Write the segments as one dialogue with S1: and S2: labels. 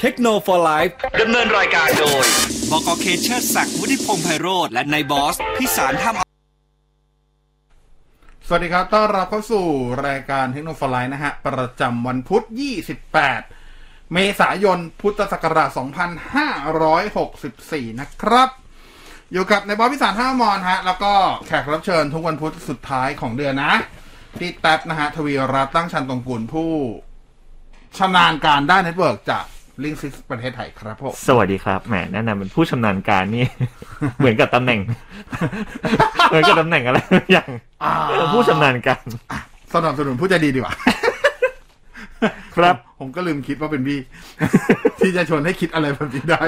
S1: เทคโนโลยีไลฟ์
S2: ดำเนินรายการโดย
S3: บอกอเคเชอร์ศักดิ์วุฒิพงษ์ไพโรธและนายบอส พิสารท่าม
S4: สวัสดีครับ ต้อนรับเข้าสู่รายการเทคโนโลยีนะฮะ ประจำวันพุธ 28 เมษายน พุทธศักราช 2564 นะครับ อยู่กับในายบอสพิสารท่ามอนฮะ แล้วก็แขกรับเชิญทุกวันพุธสุดท้ายของเดือนนะ พี่แท็บนะฮะ ทวีรัตน์ตั้งชันตรงกุลผู้ชำนาญการด้านเน็ตเวิร์กจากลิงซิสประเทศไทยครับผม
S5: สวัสดีครับแหมแนะนำเป็นผู้ชำนาญการนี่ เหมือนกับตำแหน่ง เหมือนกับตำแหน่งอะไร อย่างผู้ชำนาญการ
S4: สนับสนุนผู้ใจดีดีกว่า
S5: ครับ
S4: ผมก็ลืมคิดว่าเป็นพี่ ที่จะชวนให้คิดอะไรแบบนี้ได้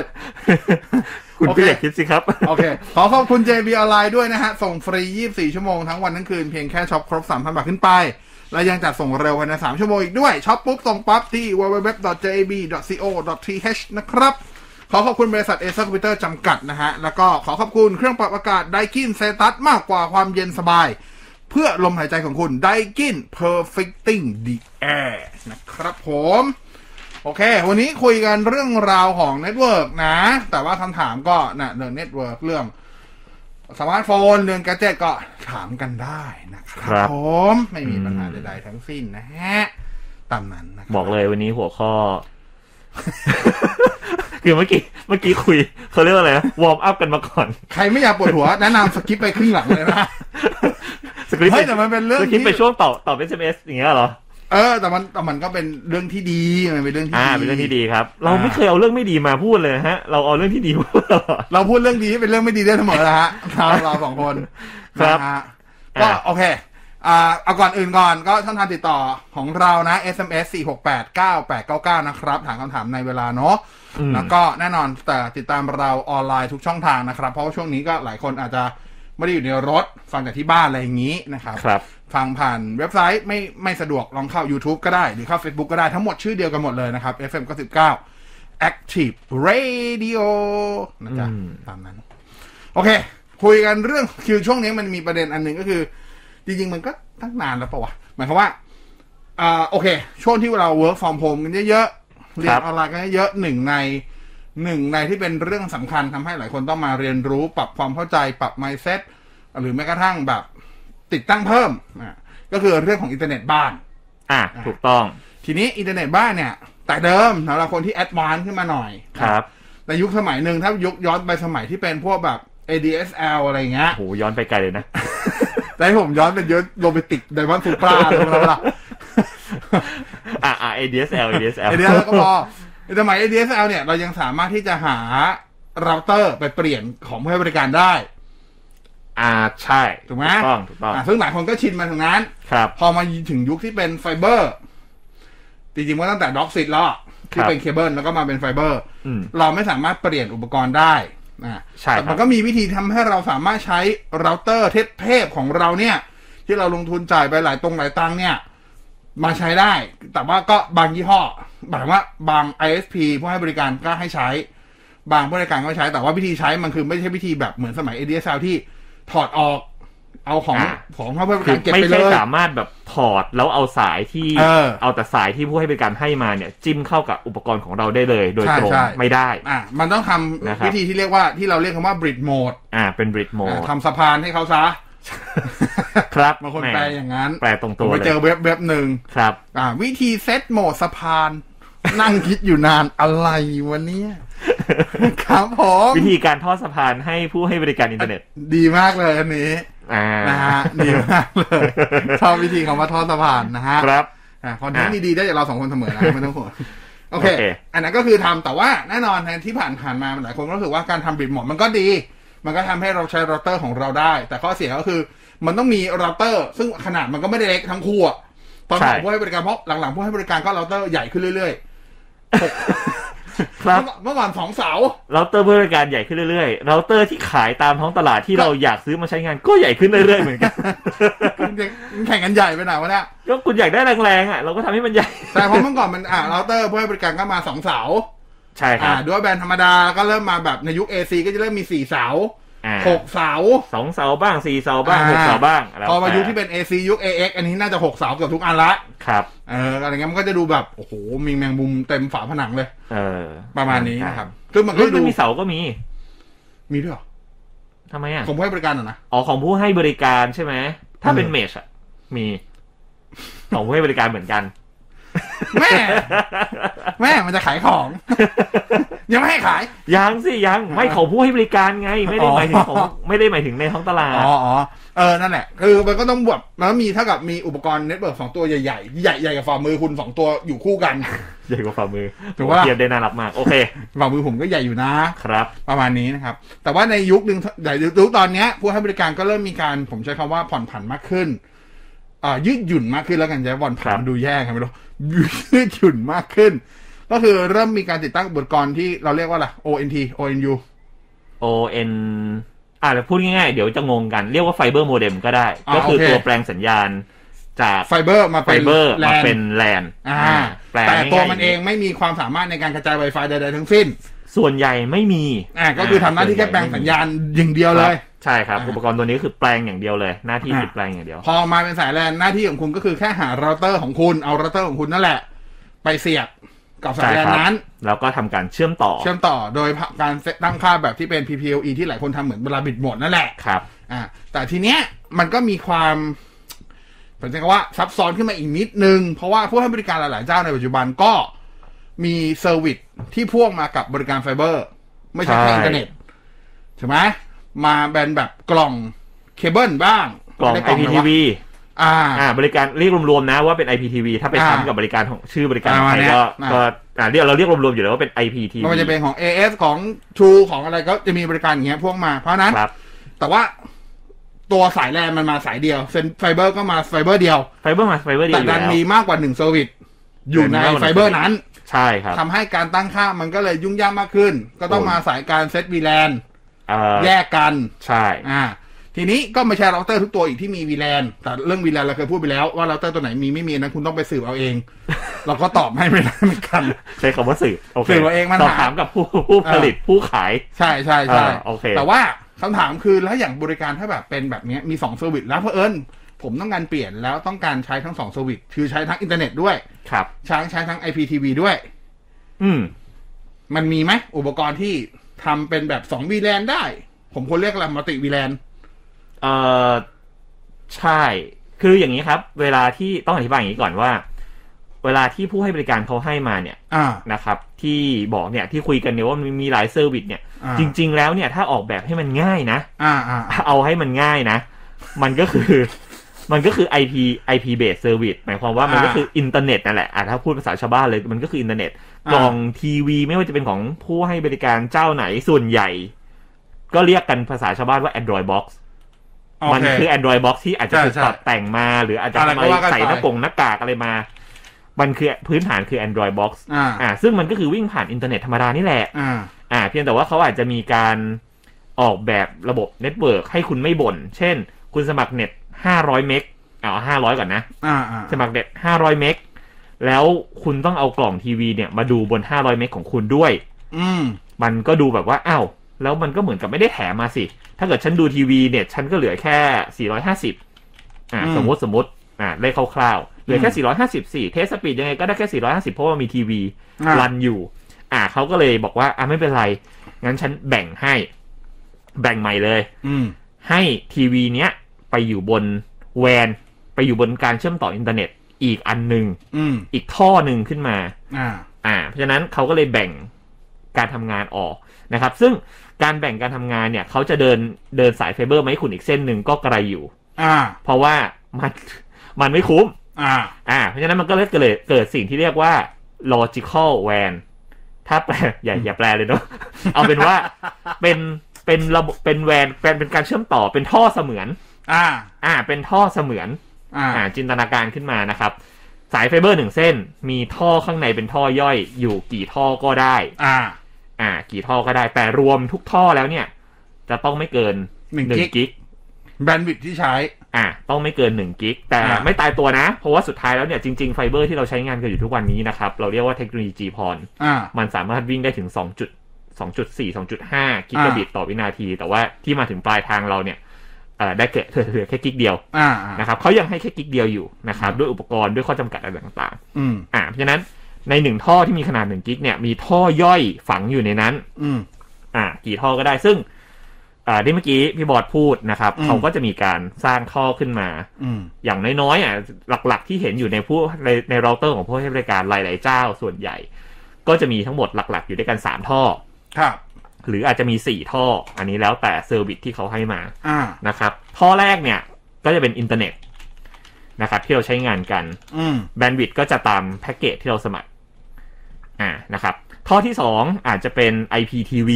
S5: คุณก็อยากคิดสิครับ
S4: โอเค ขอขอบคุณ JB ออนไลน์ด้วยนะฮะ ส่งฟรี 24 ชั่วโมงทั้งวันทั้งคืน เพียงแค่ช็อปครบ 3,000 บาทขึ้นไป และยังจัดส่งเร็วภายใน 3 ชั่วโมงอีกด้วย ช็อปปุ๊บ ส่งปั๊บที่ www.jb.co.th นะครับ ขอขอบคุณบริษัทเอเซอร์คอมพิวเตอร์จำกัดนะฮะ แล้วก็ขอขอบคุณเครื่องปรับอากาศไดกินเซตัสมากกว่าความเย็นสบาย เพื่อลมหายใจของคุณไดกิน perfecting the air นะครับผม โอเค วันนี้คุยกันเรื่องราวของเน็ตเวิร์กนะ แต่ว่าคำถามก็นะเรื่องเน็ตเวิร์กเรื่องสมาร์ทโฟนเรื่องแกจเจตก็ถามกันได้นะค
S5: ครั
S4: รับบ ผมไม่มีปัญหาใดๆทั้งสิ้นนะฮะ ตามนั้นนะครั
S5: บอกเลยวันนี้หัวข้อ คือเมื่อกี้เมื่อกี้คุยเขาเรียกว่าอะไรนะวอร์มอัพกันมาก่อน
S4: ใครไม่อยากปวด หัว แนะนำสกิปไปครึ่งหลังเลยนะ
S5: สคริปต์
S4: เฮ้ยแต่มันเป็นเรื่อง
S5: สคริปต์
S4: ที่
S5: ไปช่วงตอบตอบ SMS อย่างเงี้ยเหรอ
S4: เออ แต่มันแต่มันก็เป็นเรื่องที่ดีมันเป็นเรื่องที่
S5: อ่า
S4: ดี
S5: เป็นเรื่องที่ดีครับ เรา
S4: อ่า
S5: ไม่เคยเอาเรื่องไม่ดีมาพูดเลยนะฮะ เราเอาเรื่องที่ดีมาพูดตลอด
S4: เราพูดเรื่องดีให้เป็นเรื่องไม่ดีได้เสมอนะฮะเราเราสองคน
S5: ครับ
S4: นะฮะก็
S5: อ่ะ
S4: โอเค อ่าเอาก่อนอื่นก่อนก็ช่องทางติดต่อของเรานะ SMS 468 9899 นะครับ ถามคำถามในเวลาเนาะ
S5: อืม
S4: แล้วก็แน่นอนแต่ติดตามเราออนไลน์ทุกช่องทางนะครับ เพราะว่าช่วงนี้ก็หลายคนอาจจะไม่ได้อยู่ในรถ ฟังจากที่บ้านอะไรอย่างนี้นะครับ
S5: ครับ
S4: ฟังผ่านเว็บไซต์ไม่ไม่สะดวกลองเข้า YouTube ก็ได้ หรือเข้า Facebook ก็ได้ทั้งหมดชื่อเดียวกันหมดเลยนะครับ FM 99 Active Radio นะจ๊ะ
S5: อืม
S4: ตามนั้น โอเค คุยกันเรื่องคือช่วงนี้มันมีประเด็นอันหนึ่งก็คือ จริงๆ มันก็ตั้งนานแล้วปะวะ หมายความว่าอ่าโอเค ช่วงที่เรา work from home กันเยอะๆ เรียนออนไลน์กันเยอะๆหนึ่งในหนึ่งในที่เป็นเรื่องสำคัญทำให้หลายคนต้องมาเรียนรู้ปรับความเข้าใจปรับ mindset หรือแม้กระทั่งแบบ ติดตั้งเพิ่มอ่ะก็คือเรื่องของอินเทอร์เน็ตบ้าน
S5: อ่า ถูกต้อง
S4: ทีนี้อินเทอร์เน็ตบ้านเนี่ย แต่เดิมสำหรับคนที่แอดวานซ์ขึ้นมาหน่อย
S5: ครับ
S4: แต่ยุคสมัยหนึ่งถ้ายุคย้อนไปสมัยที่เป็นพวกแบบ ADSL อะไรเงี้ย
S5: โห ย้อนไปไกลเลยนะ
S4: แต่ให้ผมย้อนเป็นยุคโรแมนติกไดมอนด์ซูปราอะไรประมาณนั้นล่ะ
S5: อ่าอ่า ADSL ADSL
S4: ADSL ก็พอในสมัย ADSL เนี่ยเรายังสามารถที่จะหาเราเตอร์ไปเปลี่ยนของผู้ให้บริการได้
S5: อ่า ใช่
S4: ถูกไหม
S5: ต้อง ถูกต้อง
S4: อ่ะซึ่งหลายคนก็ชินมาถึงนั้น
S5: ครับ
S4: พอมาถึงยุคที่เป็นไฟเบอร์ จริงๆว่าตั้งแต่ด็อกซิตแล้วอะ
S5: ค
S4: ที่
S5: รับ
S4: เป็นเคเบิลแล้วก็มาเป็นไฟเบอร์
S5: อืม
S4: เราไม่สามารถเปลี่ยนอุปกรณ์ได้นะ
S5: ใช่ครับ
S4: แต่มันก็มีวิธีทำให้เราสามารถใช้เราเตอร์เทพๆของเราเนี่ย ที่เราลงทุนจ่ายไปหลายตรงหลายตังค์เนี่ย มาใช้ได้ แต่ว่าก็บางยี่ห้อหมายความว่าบาง ISP ผู้ให้บริการก็ให้ใช้ บางผู้ให้บริการก็ไม่ใช้ แต่ว่าวิธีใช้มันคือไม่ใช่วิธีแบบเหมือนสมัย ADSL ที่ถอดออก เอาของ
S5: อ่า
S4: ของผู้ให้บริ
S5: คื
S4: กา
S5: อ
S4: รเก็บ
S5: ไม่
S4: ไปเล
S5: ใช่
S4: ย
S5: สามารถแบบถอดแล้วเอาสายที่
S4: เออ
S5: เอาแต่สายที่ผู้ให้บริการให้มาเนี่ย จิ้มเข้ากับอุปกรณ์ของเราได้เลย โดย
S4: ใช่
S5: ตรง
S4: ใช่
S5: ไม่ได้
S4: อ่ะมันต้องทำ
S5: นะครับ
S4: วิธีที่เรียกว่าที่เราเรียกคำว่า bridge mode
S5: อ่า เป็นบริดโม
S4: อ่ะทำสะพานให้เขาซะ
S5: ครับ
S4: บางคน
S5: แหม
S4: แปลอย่างนั้น
S5: แปลตรง
S4: ผ
S5: ตัว
S4: มไป
S5: เล
S4: เจอย เว็บเว็บหนึ่ง
S5: ครับ
S4: อ่า วิธีเซตโหมดสะพาน นั่งคิดอยู่นานอะไรวะเนี่ยครับผม
S5: วิธีการทอดสะพานให้ผู้ให้บริการอินเทอร์เน็ต
S4: ดีมากเลยอันนี้
S5: อ่า
S4: นะฮะดีมากเลยชอบวิธีคำว่าทอดสะพานนะฮะ
S5: ครับ
S4: อ่าคอนเทนต์ดีๆได้จากเราสองคนเสม อนะไม่ต้องห่วงโอเค
S5: โอเค
S4: อันนั้นก็คือทำแต่ว่าแน่นอนแทนที่ผ่านผ่านมาหลายคนก็รู้สึกว่าการทำบิดหมดมันก็ดี มันก็ทำให้เราใช้เราเตอร์ของเราได้ แต่ข้อเสียก็คือ มันต้องมีเราเตอร์ ซึ่งขนาดมันก็ไม่ได้เล็กทั้งคู่อะตอนหลัง
S5: ใช่
S4: ผู้ให้บริการเพราะหลังๆผู้ให้บริการก็เราเตอร์ใหญ่ขึ้นเรื่อยๆหก
S5: ครับ
S4: เมื่อก่อนสองเสา
S5: เราเตอร์บริการใหญ่ขึ้นเรื่อยๆ เราเตอร์ที่ขายตามท้องตลาดที่
S4: ครับ
S5: เราอยากซื้อมาใช้งานก็ใหญ่ขึ้นเรื่อยๆเหมือนกัน
S4: มันแข่งกันใหญ่ไปหน่อยวะเนี่ย
S5: ก็คุณอยากได้แรงๆอ่ะเราก็ทำให้มันใหญ่
S4: แต่เพราะเมื่อก่อนมันอ่ะเราเตอร์ผู้ให้บริการก็มาสองเสา
S5: ใช่ค
S4: อ่า
S5: รับ
S4: ด้วยแบรนด์ธรรมดาก็เริ่มมาแบบในยุค AC ก็จะเริ่มมีสี่เสา
S5: อ่า
S4: หกเสา
S5: สองเสาบ้างสี่เสาบ้างหก
S4: อ่า
S5: เสาบ้างแล้ว
S4: พอมา
S5: แต่
S4: ยุคที่เป็น AC ยุค AX อันนี้น่าจะหกเสาเกือบทุกอันละ
S5: ครับ
S4: เอออะไรเงี้ยมันก็จะดูแบบโอ้โหมีแมงมุมเต็มฝาผนังเลย
S5: เออ
S4: ประมาณนี้นะครับซึ่งมันก็
S5: เฮ้ย
S4: ดู
S5: มันมีเสาก็มี
S4: มีด้วยเหรอ
S5: ทำไมอ่ะ
S4: ผมให้บริการเหรอนะ
S5: อ๋อของผู้ให้บริการใช่ไหมถ้าเป็น
S4: เออ
S5: เมชอ่ะมีของผู้ให้บริการเหมือนกัน
S4: แม่ แม่มันจะขายของ ยังไม่ให้ขาย
S5: ยังสิยังไม่ของผู้ให้บริการไง ไม่ได้หมายถึงของ
S4: อ๋อ
S5: ไม่ได้หมายถึงในท้องตลาด
S4: อ๋ออ๋อเออ นั่นแหละ คือมันก็ต้องแบบแล้วมีเท่ากับมีอุปกรณ์เน็ตเวิร์กสองตัวใหญ่ๆ ใหญ่ใหญ่กับฝ่ามือคุณสองตัวอยู่คู่กัน
S5: ใหญ่กว่าฝ่ามือ
S4: ถูกปะล่ะ
S5: เทียบได้น่ารักมาก โอเค
S4: ฝ่ามือผมก็ใหญ่อยู่นะ
S5: ครับ
S4: ประมาณนี้นะครับ แต่ว่าในยุคหนึ่งแต่ยุคตอนเนี้ยผู้ให้บริการก็เริ่มมีการผมใช้คำว่าผ่อนผันมากขึ้นอ่ายืดหยุ่นมากขึ้นแล้วกันใช้ผ่อนผัน
S5: ครับ
S4: มันดูแย่ครับไม่รู้ ยืดหยุ่นมากขึ้น ก็คือเริ่มมีการติดตั้งอุปกรณ์ที่เราเรียกว่าอะไร ONT ONU
S5: O N อ่ะแล้วพูดง่ายๆ เดี๋ยวจะงงกัน เรียกว่าไฟเบอร์โมเด็มก็ได้
S4: อ่า
S5: ก็คือ
S4: โอเค
S5: ตัวแปลงสัญญาณจาก
S4: ไฟเบอร์มา
S5: ไฟ
S4: เป็น
S5: เบอร์
S4: แล
S5: มาน เป็นแลน
S4: อ่า
S5: แปลง
S4: แต่ตัว
S5: ง่ายๆ
S4: มันเองไม่มีความสามารถในการกระจาย Wi-Fi ใดๆทั้งสิ้น
S5: ส่วนใหญ่ไม่มี
S4: อ่าก็คือทำหน้าที่แค่แปลงสัญญาณอย่างเดียวเลย
S5: ใช่ครับ
S4: อ่า
S5: อุปกรณ์ตัวนี้คือแปลงอย่างเดียวเลย หน้าที่
S4: อ่า
S5: คือแปลงอย่างเดียว
S4: พอมาเป็นสายแลนหน้าที่ของคุณก็คือแค่หาเราเตอร์ของคุณเอาเราเตอร์ของคุณนั่นแหละ ไปเสียบกับสายแลน
S5: ใช่ครับ
S4: นั้น
S5: แล้วก็ทำการเชื่อมต่อ
S4: เชื่อมต่อโดยการเซตตั้งค่าแบบที่เป็น PPLE ที่หลายคนทำเหมือนเวลาบิดโหมดนั่นแหละ
S5: ครับ
S4: อ่าแต่ทีเนี้ยมันก็มีความผมจะเรียกว่าซับซ้อนขึ้นมาอีกนิดนึง เพราะว่าผู้ให้บริการหลาย ๆ เจ้าในปัจจุบันก็มีเซอร์วิสที่พ่วงมากับบริการไฟเบอร์ ไม่ใช่แค่
S5: ใช่
S4: อินเทอร์เน็ตถูกไหมมาแบนแบบกล่องเคเบิลบ้าง
S5: กล่อง
S4: ม่ด้
S5: IPTV
S4: อ่า
S5: อ่าบริการเรียกรวมๆนะว่าเป็น IPTV ถ้าไป
S4: อ่า
S5: ซ้ำกับบริการของชื่อบริการ
S4: ประ
S5: ใค
S4: มา
S5: ร
S4: ณเนี้ย
S5: ก็
S4: อ่า
S5: ก็อ่าเรียกเราเรียกรวมๆอยู่แล้วว่าเป็น IPTV
S4: ไม่ว่าจะเป็นของ AS ของ True ของอะไรก็จะมีบริการอย่างเงี้ยพ่วงมาเพราะฉะนั้น
S5: ครับ
S4: แต่ว่าตัวสายแลนมันมาสายเดียวเซนไฟเบอร์ก็มาไฟเบอร์เดียว
S5: ไฟเบอร์มาไฟเบอร์เดีย
S4: แต่
S5: วอยู่
S4: ดั
S5: แล้
S4: น
S5: ว
S4: มีมากกว่าหนึ่งเซอร์วิสอยู่ใน
S5: มีมากกว่าหนึ่ง
S4: ไฟเบอร์นั้น
S5: ใช่ครับ
S4: ทำให้การตั้งค่ามันก็เลยยุ่งยากมากขึ้น ก็ต้อง
S5: โอ้ย
S4: มาสายการเซตวีแลน
S5: เอ่อ
S4: แยกกัน
S5: ใช่
S4: อ่า ทีนี้ก็ไม่ใช่เราเตอร์ทุกตัวอีกที่มีวีแลนแต่เรื่องวีแลนเราเคยพูดไปแล้วว่าเราเตอร์ตัวไหนมีไม่มีนั้นคุณต้องไปสืบเอาเอง เราก็ตอบให้ไม่ได้เหมือนกัน
S5: ใช้คำว่าสื่อโอเค
S4: สื่อเอาเองมัน
S5: สอบ
S4: หา
S5: ถามกับผู้ผู้ผลิตผู้ขาย
S4: ใช่ใช่ใช่
S5: อ่าโอเค
S4: แต่ว่าคำถามคือแล้วอย่างบริการถ้าแบบเป็นแบบเนี้ยมีสองเซอร์วิสแล้วเพอเอิญผมต้องการเปลี่ยนแล้วต้องการใช้ทั้งสองเซอร์วิสคือใช้ทั้งอินเทอร์เน็ตด้วย
S5: ครับ
S4: ใช้ใช้ทั้ง IPTV ด้วย
S5: อืม
S4: มันมีไหมอุปกรณ์ที่ทำเป็นแบบสองวีแลนได้ ผมควรเรียกอะไรมัลติวีแลน
S5: เอ่อใช่ คืออย่างนี้ครับ เวลาที่ต้องอธิบายอย่างนี้ก่อนว่า เวลาที่ผู้ให้บริการเขาให้มาเนี่ย
S4: อ่า
S5: นะครับ ที่บอกเนี่ยที่คุยกันเนี่ยว่ามันมีหลายเซอร์วิสเนี่ย
S4: อ่า
S5: จริง ๆ แล้วเนี่ยถ้าออกแบบให้มันง่ายนะ
S4: อ่าอ่า
S5: เอาให้มันง่ายนะ มันก็คือ มันก็คือ IP IP based service หมายความว่ามันก็คืออินเทอร์เน็ตนั่นแหละอ่ะถ้าพูดภาษาชาวบ้านเลยมันก็คืออินเทอร์เน็ต
S4: อ่าก ก
S5: ล่องทีวีไม่ว่าจะเป็นของผู้ให้บริการเจ้าไหนส่วนใหญ่ ก็เรียกกันภาษาชาวบ้านว่า Android Box
S4: โอ
S5: มัน
S4: เค
S5: คือ Android Box ที่อาจจะ
S4: ใช่
S5: ถูก
S4: ใช่
S5: ตัดแต่งมา หรืออาจจะ
S4: อะไร
S5: ทำอะ
S4: ก็
S5: ไร
S4: ว่ากันไป
S5: ใส่หน้ากงหน้ากากอะไรมา มันคือพื้นฐานคือ Android Box
S4: อ่า
S5: อ่าซึ่งมันก็คือวิ่งผ่านอินเทอร์เน็ตธรรมดานี่แหละ
S4: อ่า
S5: อ่าเพียงแต่ว่าเขาอาจจะมีการออกแบบระบบเน็ตเวิร์กให้คุณไม่บ่น เช่น คุณสมัครเน็ต 500 เมกเอา500 ก่อนนะ
S4: อ่าอ่า
S5: สมัครเน็ต 500 เมก แล้วคุณต้องเอากล่องทีวีเนี่ยมาดูบน 500 เมกของคุณด้วย
S4: อืม
S5: มันก็ดูแบบว่า อ้าว แล้วมันก็เหมือนกับไม่ได้แถมมาสิ ถ้าเกิดฉันดูทีวีเนี่ย ฉันก็เหลือแค่ 450 อ่า
S4: อืม
S5: สมมติสมมติ อ่าเลขคร่าวๆ เหลือแค่ 450สี่เทสสปีดยังไงก็ได้แค่ 450 เพราะว่ามีทีวี
S4: อ่ารั
S5: รันอยู่ อ่า เขาก็เลยบอกว่า อ่าไม่เป็นไร งั้นฉันแบ่งให้ แบ่งใหม่เลย
S4: อืม
S5: ให้ทีวีเนี้ยไปอยู่บนแวน ไปอยู่บนการเชื่อมต่ออินเทอร์เน็ต อีกอันหนึ่ง
S4: อืม
S5: อีกท่อหนึ่งขึ้นมา
S4: อ่า
S5: อ่าเพราะฉะนั้นเขาก็เลยแบ่งการทำงานออกนะครับ ซึ่งการแบ่งการทำงานเนี่ยเขาจะเดินเดินสายไฟเบอร์มาให้คุณอีกเส้นหนึ่งก็กระไรอยู่
S4: อ่า
S5: เพราะว่ามันมันไม่คุ้ม
S4: อ่า
S5: อ่าเพราะฉะนั้นมันก็เลยเกิดเกิดสิ่งที่เรียกว่า logical WAN ถ้าแปลอย่าอย่าแปลเลยเนาะ เอาเป็นว่าเป็นเป็นระบบเป็นแวนเป็นเป็นการเชื่อมต่อเป็นท่อเสมือน
S4: อ่า
S5: อ่า เป็นท่อเสมือน
S4: อ่า
S5: อ่าจินตนาการขึ้นมานะครับ สายไฟเบอร์หนึ่งเส้น มีท่อข้างในเป็นท่อย่อยอยู่กี่ท่อก็ได้
S4: อ่า
S5: อ่า กี่ท่อก็ได้ แต่รวมทุกท่อแล้วเนี่ย จะต้องไม่เกิน
S4: หนึ่งกิก
S5: กิก
S4: แบนด์วิดที่ใช้
S5: อ่า ต้องไม่เกินหนึ่งกิกแต่
S4: อ่า
S5: ไม่ตายตัวนะ เพราะว่าสุดท้ายแล้วเนี่ยจริงๆไฟเบอร์ที่เราใช้งานกันอยู่ทุกวันนี้นะครับ เราเรียกว่าเทคโนโลยีจีพร
S4: อ่า
S5: มันสามารถวิ่งได้ถึงสองจุด 2.4 2.5 กิกะบิตต่อวินาที แต่ว่าที่มาถึงปลายทางเราเนี่ยเอ่อได้แค่เหลือแค่กิกเดียว
S4: อ่า
S5: นะครับเขายังให้แค่กิกเดียวอยู่นะครับด้วยอุปกรณ์ด้วยข้อจำกัดอะไรต่าง
S4: อืม
S5: ๆอ่าเพราะฉะนั้นในหนึ่งท่อที่มีขนาด1กิกเนี่ยมีท่อย่อยฝังอยู่ในนั้น
S4: อืม
S5: อ่ากี่ท่อก็ได้ซึ่ง อ่าที่เมื่อกี้พี่บอดพูดนะครับ
S4: อืม
S5: เขาก็จะมีการสร้างท่อขึ้นมา
S4: อืม
S5: อย่างน้อยๆอ่ะหลักๆที่เห็นอยู่ในผู้ในในเราเตอร์ของผู้ให้บริการหลายๆเจ้าส่วนใหญ่ ก็จะมีทั้งหมดหลักๆ อยู่ด้วยกัน 3 ท่อ
S4: ครับ
S5: หรืออาจจะมี 4 ท่อ อันนี้แล้วแต่เซอร์วิสที่เขาให้มา
S4: อ่า
S5: นะครับท่อแรกเนี่ยก็จะเป็นอินเทอร์เน็ตนะครับที่เราใช้งานกัน
S4: อืม
S5: แบนด์วิดต์ก็จะตามแพ็กเกจที่เราสมัครอ่านะครับท่อที่ 2 อาจจะเป็น IPTV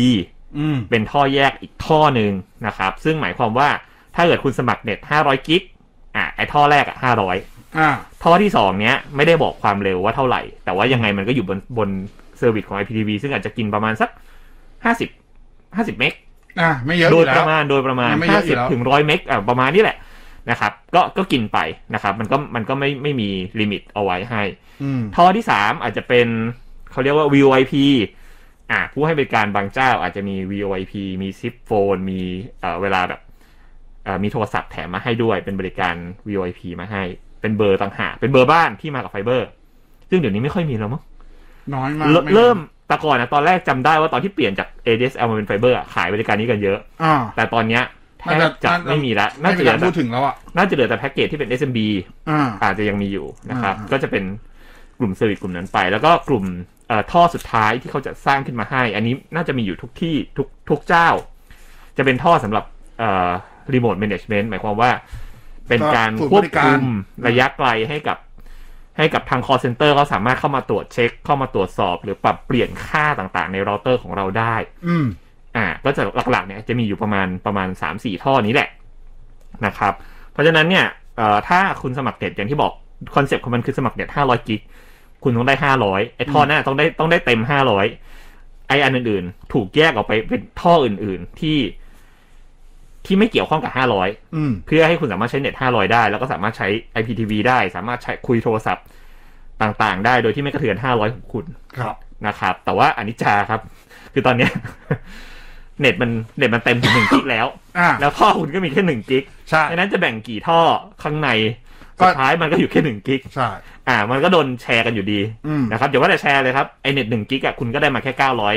S4: อืม
S5: เป็นท่อแยกอีกท่อหนึ่งนะครับ ซึ่งหมายความว่าถ้าเกิดคุณสมัครเน็ต 500 กิก อ่ะไอท่อแรกอ่ะ 500
S4: อ่า
S5: ท่อที่ 2 เนี้ยไม่ได้บอกความเร็วว่าเท่าไหร่ แต่ว่ายังไงมันก็อยู่บนบนเซอร์วิสของ IPTV ซึ่งอาจจะกินประมาณสัก 50 50 เมก
S4: อ่าไม่เยอะอ
S5: โดย
S4: ยู่แล้
S5: ป
S4: ว
S5: ระมาณโดยประมาณ
S4: ยังไม่เยอะอยู่แล้ว
S5: 50 ถึง 100 เมกอ่ะประมาณนี้แหละนะครับ ก็ก็กินไปนะครับ มันก็มันก็ไม่ไม่มีลิมิตเอาไว้ให้
S4: อืม
S5: ท่อที่ 3 อาจจะเป็นเขาเรียกว่า VoIP อ่ะผู้ให้บริการบางเจ้าอาจจะมี VoIP มีซิปโฟน มีเอ่อเวลาแบบเอ่อมีโทรศัพท์แถมมาให้ด้วยเป็นบริการ VoIP มาให้ เป็นเบอร์ต่างหากเป็นเบอร์บ้านที่มากับไฟเบอร์ ซึ่งเดี๋ยวนี้ไม่ค่อยมีแล้วมั้ง
S4: น้อยมาก
S5: เริ่ม
S4: ไ
S5: เริ่มแต่ก่อนนะตอนแรกจำได้ว่าตอนที่เปลี่ยนจาก ADSL มาเป็นไฟเบอร์ขายบริการนี้กันเยอะ
S4: อ่า
S5: แต่ตอนเนี้ยแทบจะ
S4: น่าจะ
S5: ไม่มีละ
S4: ไม่
S5: น่าจะ
S4: เป็
S5: เห
S4: น
S5: ลือ
S4: การ
S5: แต่
S4: พูดถึงแล้วอ่ะ
S5: น่าจะเหลือแต่แพ็กเกจที่เป็น SMB
S4: อ่า
S5: อาจจะยังมีอยู่นะครับ
S4: อ่า
S5: ก็จะเป็นกลุ่มเซอร์วิสกลุ่มนั้นไป แล้วก็กลุ่มเอ่อท่อสุดท้ายที่เขาจะสร้างขึ้นมาให้ อันนี้น่าจะมีอยู่ทุกที่ทุกทุกเจ้า จะเป็นท่อสำหรับรีโมทแมネจเมนต์หมายความว่า เป็นการ
S4: ศูนย์
S5: คว
S4: บบ ริการ
S5: คุมระยะไกลให้กับ ให้กับทาง call center เขาสามารถเข้ามาตรวจเช็ค เข้ามาตรวจสอบ หรือปรับเปลี่ยนค่าต่างๆ ในเราเตอร์ของเราได้
S4: อืม
S5: อ่าก็จะหลักๆเนี่ยจะมีอยู่ประมาณประมาณสามสี่ท่อนี้แหละนะครับ เพราะฉะนั้นเนี่ยเอ่อถ้าคุณสมัครเน็ตอย่างที่บอกคอนเซปต์ของมันคือสมัครเน็ตห้าร้อยกิกคุณต้องได้ห้าร้อยไอ้ท่อหน้าต้องได้ต้องได้เต็มห้าร้อยไอ้อันอื่นๆ ถูกแยกออกไปเป็นท่ออื่นๆที่ ที่ไม่เกี่ยวข้องกับห้าร้อย
S4: อืม
S5: เพื่อให้คุณสามารถใช้เน็ตห้าร้อยได้ แล้วก็สามารถใช้ IPTV ได้ สามารถใช้คุยโทรศัพท์ต่างๆ ได้โดยที่ไม่กระเทือนห้าร้อยของคุณ
S4: ครับ
S5: นะครับแต่ว่าอนิจจาครับ คือตอนเนี้ย เน็ตมันเน็ตมันเต็มถึงหนึ่งกิกแล้ว
S4: อ่า
S5: แล้วท่อคุณก็มีแค่หนึ่งกิก
S4: ใช่
S5: ดังนั้นจะแบ่งกี่ท่อข้างใน
S4: ก็
S5: สุดท้ายมันก็อยู่แค่หนึ่งกิก
S4: ใช่
S5: อ่า มันก็โดนแชร์กันอยู่ดี
S4: อืม
S5: นะครับเดี๋ยวว่าแต่แชร์เลยครับไอเน็ตหนึ่งกิกอะคุณก็ได้มาแค่เก้าร้อย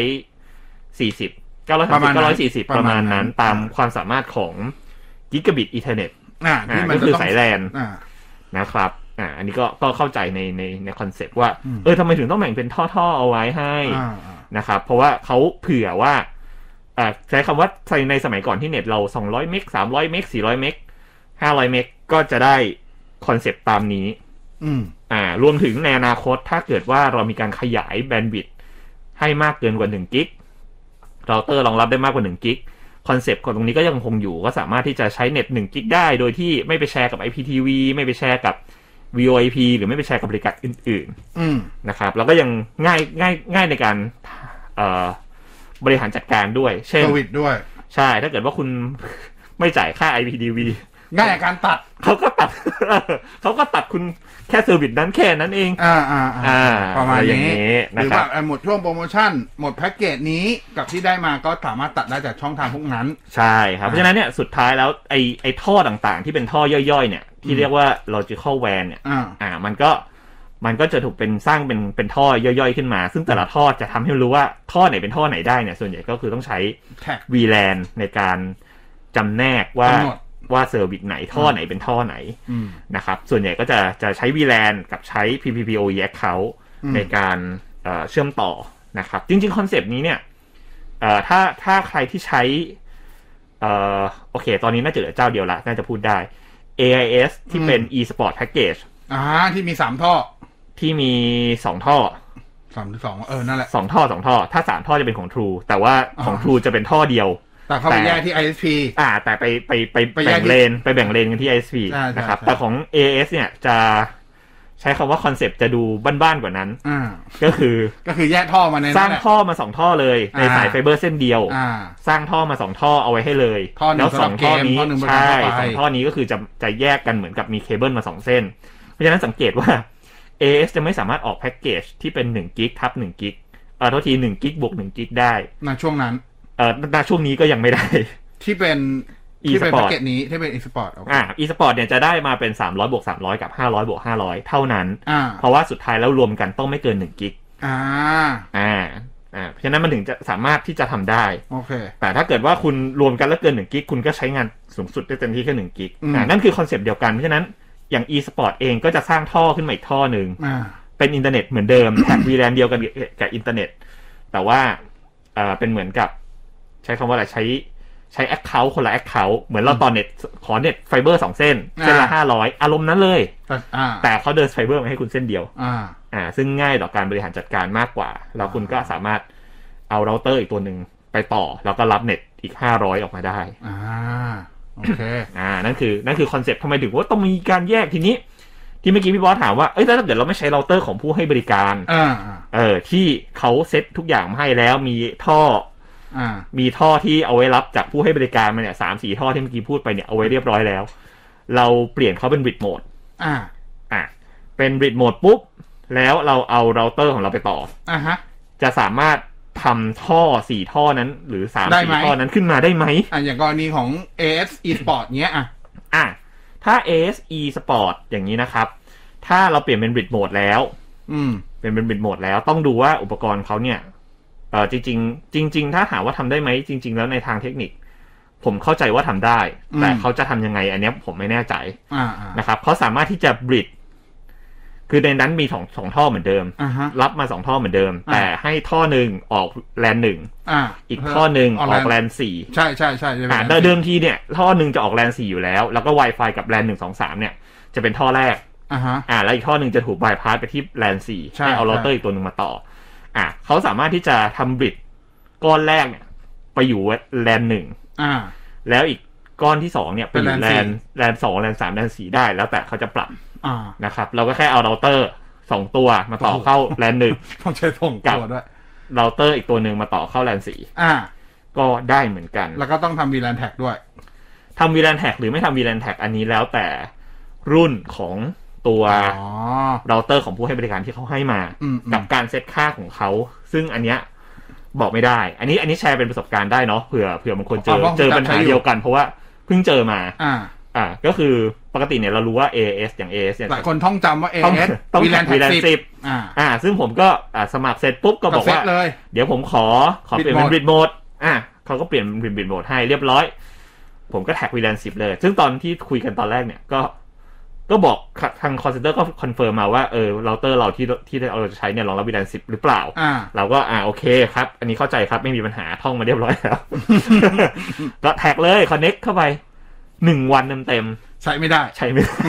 S5: สี่สิบเก้าร้อย
S4: ป
S5: สาม
S4: ระ
S5: สิบ
S4: มาณนั้
S5: เก้าร้อยสี่สิ
S4: น
S5: บประมาณนั้น
S4: ประมาณนั้น
S5: ตามความสามารถของกิกะบิตอินเทอร์เน็ต
S4: อ่า
S5: อ่า
S4: ที่มัน
S5: ก็
S4: จะ
S5: คือ
S4: ต้อง
S5: สายแลน
S4: อ่า
S5: นะครับ อ่า อันนี้ก็ ก็เข้าใจใน ใน ในคอนเซปต์ว่า
S4: อืม
S5: เออทำไมถึงต้องแบ่งเป็นท่อ ๆ เอาไว้ให้
S4: อ่าอ่า
S5: นะครับ เพราะว่าเขาเผื่อว่า อ่า ใช้คำว่าในในสมัยก่อนที่เน็ตเรา 200 เมก 300 เมก 400 เมก 500 เมก ก็จะได้คอนเซปต์ตามนี้
S4: อืม
S5: อ่า รวมถึงในอนาคต ถ้าเกิดว่าเรามีการขยายแบนด์วิดต์ให้มากเกินกว่า 1 กิก เราเตอร์รองรับได้มากกว่า 1 กิก คอนเซปต์ของตรงนี้ก็ยังคงอยู่ ก็สามารถที่จะใช้เน็ต 1 กิกได้ โดยที่ไม่ไปแชร์กับ IPTV ไม่ไปแชร์กับ VoIP หรือไม่ไปแชร์กับบริการอื่น
S4: อืม
S5: ๆ นะครับ แล้วก็ยังง่ายง่ายง่ายในการเอ่อบริหารจัดการด้วย เช่น
S4: โควิดด้วย
S5: ใช่ ถ้าเกิดว่าคุณ ไม่จ่ายค่า IPTV
S4: ง่ายกับการตัด
S5: เขาก็ตัด เขาก็ตัดคุณแค่เซอร์วิสนั้นแค่นั้นเอง
S4: อ่าอ่าอ่า
S5: อ่า
S4: ประมาณ
S5: อย่า
S4: นี้
S5: งนี้
S4: ห
S5: นะ
S4: รือ
S5: ค
S4: แบ
S5: รับบ
S4: หมดช่วงโปรโมชั่น หมดแพ็กเกจนี้กับที่ได้มาก็สามารถตัดได้จากช่องทางพวกนั้น
S5: ใช่ครับเพราะฉะนั้นเนี่ยสุดท้ายแล้วไอไอท่อต่างๆ ที่เป็นท่อย่อยๆเนี่ยที่เรียกว่า logical WAN เนี่ย
S4: อ่า
S5: อ่ามันก็มันก็จะถูกเป็นสร้างเป็นเป็นท่อย่อยๆขึ้นมา ซึ่งแต่ละท่อจะทำให้รู้ว่าท่อไหนเป็นท่อไหนได้เนี่ยส่วนใหญ่ก็คือต้องใช้
S4: แท็ก
S5: VLAN ในการจำแนกว่าก
S4: ำหนด
S5: ว่าเซอร์วิสไหนท่อไหนเป็นท่อไหน
S4: อืม
S5: นะครับส่วนใหญ่ก็จะจะใช้ VLAN กับใช้ PPPO e a c c o u n t
S4: อืม
S5: ในการเอ่อเชื่อมต่อนะครับ จริงๆ คอนเซปต์นี้เนี่ยเอ่อถ้าถ้าใครที่ใช้เอ่อโอเค ตอนนี้น่าจะเหลือเจ้าเดียวละน่าจะพูดได้ AIS ที่เป็น e-sport package
S4: อ่าที่มีสามท่อ
S5: ที่มี 2 ท่อ
S4: สามหรือสองเออ นั่นแหละ
S5: 2 ท่อ 2 ท่อ ถ้า 3 ท่อจะเป็นของ True แต่ว่าของ
S4: อ่า
S5: True จะเป็นท่อเดียว
S4: แต่เข้าไป
S5: แต่
S4: แยกที่ ISP
S5: อ่า แต่ไปไปไป
S4: ไปแยก
S5: แบ่ง
S4: ที่
S5: เลนไปแบ่งเลนกันที่ ISP
S4: ใช่ใช่
S5: นะครับ
S4: ใช่
S5: แต่ของ AIS เนี่ยจะใช้คำว่าคอนเซปต์จะดูบ้านๆกว่านั้น
S4: อ่า
S5: ก็คือ
S4: ก็คือแยกท่อมาใน
S5: ส
S4: นั้
S5: ร้าง
S4: นแหละ
S5: ท่อมาสองท่อเลยใน
S4: อ่า
S5: สายไฟเบอร์เส้นเดียว
S4: อ่า
S5: สร้างท่อมาสองท่อเอาไว้ให้เลย
S4: ท่อหนึ่ง
S5: แล้วสองท่อนี้
S4: สำหรับเกมท่อหนึ่งบริการ
S5: ใช่
S4: ทั่วไป
S5: สองท่อนี้ก็คือจะจะแยกกันเหมือนกับมีเคเบิลมาสองเส้น เพราะฉะนั้นสังเกตว่า AS จะไม่สามารถออกแพ็กเกจที่เป็น1กิกทับ1กิก เออโทษทีหนึ่งกิกบวกหนึ่งกิกได้
S4: ในช่วงนั้น
S5: เออณช่วงนี้ก็ยังไม่ได้
S4: ที่เป็นที่เป็น
S5: e-sport
S4: แพ็กเกจนี้ที่เป็นอีสปอร์ต
S5: อ่าอีสปอร์ตเนี่ยจะได้มาเป็น 300บวก300 กับ 500บวก500 เท่านั้น
S4: อ่า
S5: เพราะว่าสุดท้ายแล้วรวมกันต้องไม่เกิน1กิก
S4: อ่า
S5: อ่าอ่าเพราะฉะนั้นมันถึงจะสามารถที่จะทำได้
S4: โอเค
S5: แต่ถ้าเกิดว่าคุณรวมกันแล้วเกิน1กิกคุณก็ใช้งานสูงสุดได้เต็มที่แค่1กิก
S4: อืม
S5: อ่านั่นคือคอนเซปต์เดียวกัน เพราะฉะนั้นอย่าง e-sport เองก็จะสร้างท่อขึ้นมาอีกท่อหนึ่ง
S4: อ่า
S5: เป็นอินเทอร์เน็ตเหมือนเดิม แท็กวีแลนเดียวกันกับอินเทอร์เน็ต แต่ว่าเอ่อเป็นเหมือนกับ ใช้คำว่าอะไรใช้ใช้แอคเคาท์คนละแอคเคาท์เหมือนเราต่อเน็ตขอเน็ตไฟเบอร์สองเส้น เส้นละ
S4: อ่า
S5: ห้าร้อยอารมณ์นั้นเลย
S4: แต่อ่า
S5: แต่เขาเดินไฟเบอร์มาให้คุณเส้นเดียว
S4: อ่า
S5: อ่าซึ่งง่ายต่อการบริหารจัดการมากกว่า แล้วคุณก็สามารถเอาเราเตอร์อีกตัวหนึ่งไปต่อ แล้วก็รับเน็ตอีกห้าร้อยออกมาได้
S4: อ่า โอเค
S5: อ่า นั่นคือ นั่นคือคอนเซ็ปต์ทำไมถึงว่าต้องมีการแยกทีนี้ ที่เมื่อกี้พี่บอสถามว่า เอ้ยแล้วถ้าเกิดเราไม่ใช้เราเตอร์ของผู้ให้บริการ
S4: อ่า อ่า
S5: เออที่เขาเซ็ตทุกอย่างมาให้แล้วมีท่อ
S4: อ่า
S5: มีท่อที่เอาไว้รับจากผู้ให้บริการมาเนี่ยสามสี่ท่อที่เมื่อกี้พูดไปเนี่ยเอาไว้เรียบร้อยแล้ว เราเปลี่ยนเขาเป็นบริดโหมด
S4: อ่า
S5: อ่ะเป็นบริดโหมดปุ๊บ แล้วเราเอาเราเตอร์ของเราไปต่อ
S4: อ่าฮะ
S5: จะสามารถทำท่อสี่ท่อนั้นหรือสาม
S4: ได้ไห
S5: สี่
S4: ม
S5: ท่อนั้นขึ้นมาได้ไหม
S4: อ่าอย่างกรณีของ AS eSport เนี้ยอ่ะ
S5: อ่ะถ้า ASE Sport อย่างนี้นะครับ ถ้าเราเปลี่ยนเป็นบริดโหมดแล้ว
S4: อืม
S5: เป็นเป็นบิดโหมดแล้วต้องดูว่าอุปกรณ์เขาเนี่ยเออจริง ๆ จริง ๆ ถ้าถามว่าทำได้ไหมจริง ๆ แล้วในทางเทคนิค ผมเข้าใจว่าทำได้
S4: อืม
S5: แต่เขาจะทำยังไง อันเนี้ยผมไม่แน่ใจ
S4: อ่าอ่า
S5: นะครับเขาสามารถที่จะบิดคือในนั้นมีสองสองท่อเหมือนเดิม
S4: อ่าฮะ
S5: รับมาสองท่อเหมือนเดิม
S4: อ่า
S5: แต่ให้ท่อหนึ่งออกแลนหนึ่ง
S4: อ่า
S5: อีกท่อหนึ่งอ
S4: อ
S5: อก
S4: แล
S5: แล
S4: น
S5: นสี่
S4: ใช่ใช่ใช่
S5: อ่าโดยเดิมทีเนี่ยท่อหนึ่งจะออกแลนสี่อยู่แล้ว แล้วก็ Wi-Fi กับแลนหนึ่งสองสามเนี่ยจะเป็นท่อแรก
S4: อ่าฮะ
S5: อ่าแล้วอีกท่อหนึ่งจะถูกบายพาสไปที่แลนสี่
S4: ใช่
S5: ให้เอาเราเตอร์อีกตัวหนึ่งมาต่อ อ่าเขาสามารถที่จะทำบริดก้อนแรกเนี่ย ไปอยู่แลนหนึ่ง
S4: อ่า
S5: แล้วอีกก้อนที่สองเนี่ยไปอยู่
S4: เป็น
S5: แล
S4: แล
S5: น
S4: น
S5: แลนสองแลนสามแลนสี่ได้แล้วแต่เขาจะปรับ
S4: อ่า
S5: นะครับ เราก็แค่เอาเราเตอร์สองตัวมาต่อ
S4: โอ้โห
S5: เข้าแลนหนึ่ง
S4: ต้องใช้ส่ง
S5: กับ
S4: ตัวด้วย
S5: เราเตอร์อีกตัวหนึ่งมาต่อเข้าแลนสี่
S4: อ่า
S5: ก็ได้เหมือนกัน
S4: แล้วก็ต้องทำ VLAN tag ด้วย
S5: ทำวีแลนแท็กหรือไม่ทำวีแลนแท็กอันนี้แล้วแต่รุ่นของตัว
S4: อ๋อ
S5: เราเตอร์ของผู้ให้บริการที่เขาให้มา
S4: อืมอื
S5: กับ
S4: ม
S5: การเซตค่าของเขา ซึ่งอันเนี้ยบอกไม่ได้ อันนี้อันนี้แชร์เป็นประสบการณ์ได้เนาะเผื่อเผื่อบางคนเจอเจอปัญหาเดียวกันเพราะว่าเพิ่งเจอมา
S4: อ่า
S5: อ่า ก็คือปกติเนี่ยเรารู้ว่า AS อย่าง AS เนี่ย
S4: หลายคนท่องจำว่า
S5: ต้อง
S4: AS
S5: ต้อง
S4: VLAN tag
S5: VLAN
S4: สิ
S5: สิ
S4: บบ อ่า
S5: อ่า ซึ่งผมก็อ่าสมัครเสร็จปุ๊บก็บอก
S4: เซ็ต
S5: ว่า
S4: เลย
S5: เดี๋ยวผมขอขอเปลี่ยนเป็น
S4: Bit
S5: บ
S4: mode
S5: ริดโหมดอ่ะเขาก็เปลี่ยนเป็นบริดโหมดให้เรียบร้อย ผมก็แท็กวีแลนสิบเลย ซึ่งตอนที่คุยกันตอนแรกเนี่ยก็ ก็บอกทางคอนเซนเตอร์ก็คอนเฟิร์มมาว่าเออเราเตอร์เราที่ที่เราจะใช้เนี่ยรองรับวีแลนสิบหรือเปล่า
S4: อ่า
S5: เราก็อ่าโอเคครับ อันนี้เข้าใจครับไม่มีปัญหาท่องมาเรียบร้อยแล้ว ก็แท็กเลยคอนเน็กเข้าไปหนึ่งวันเต็ม
S4: ใช้ไม่ได้
S5: ๆใช้ไม่ได้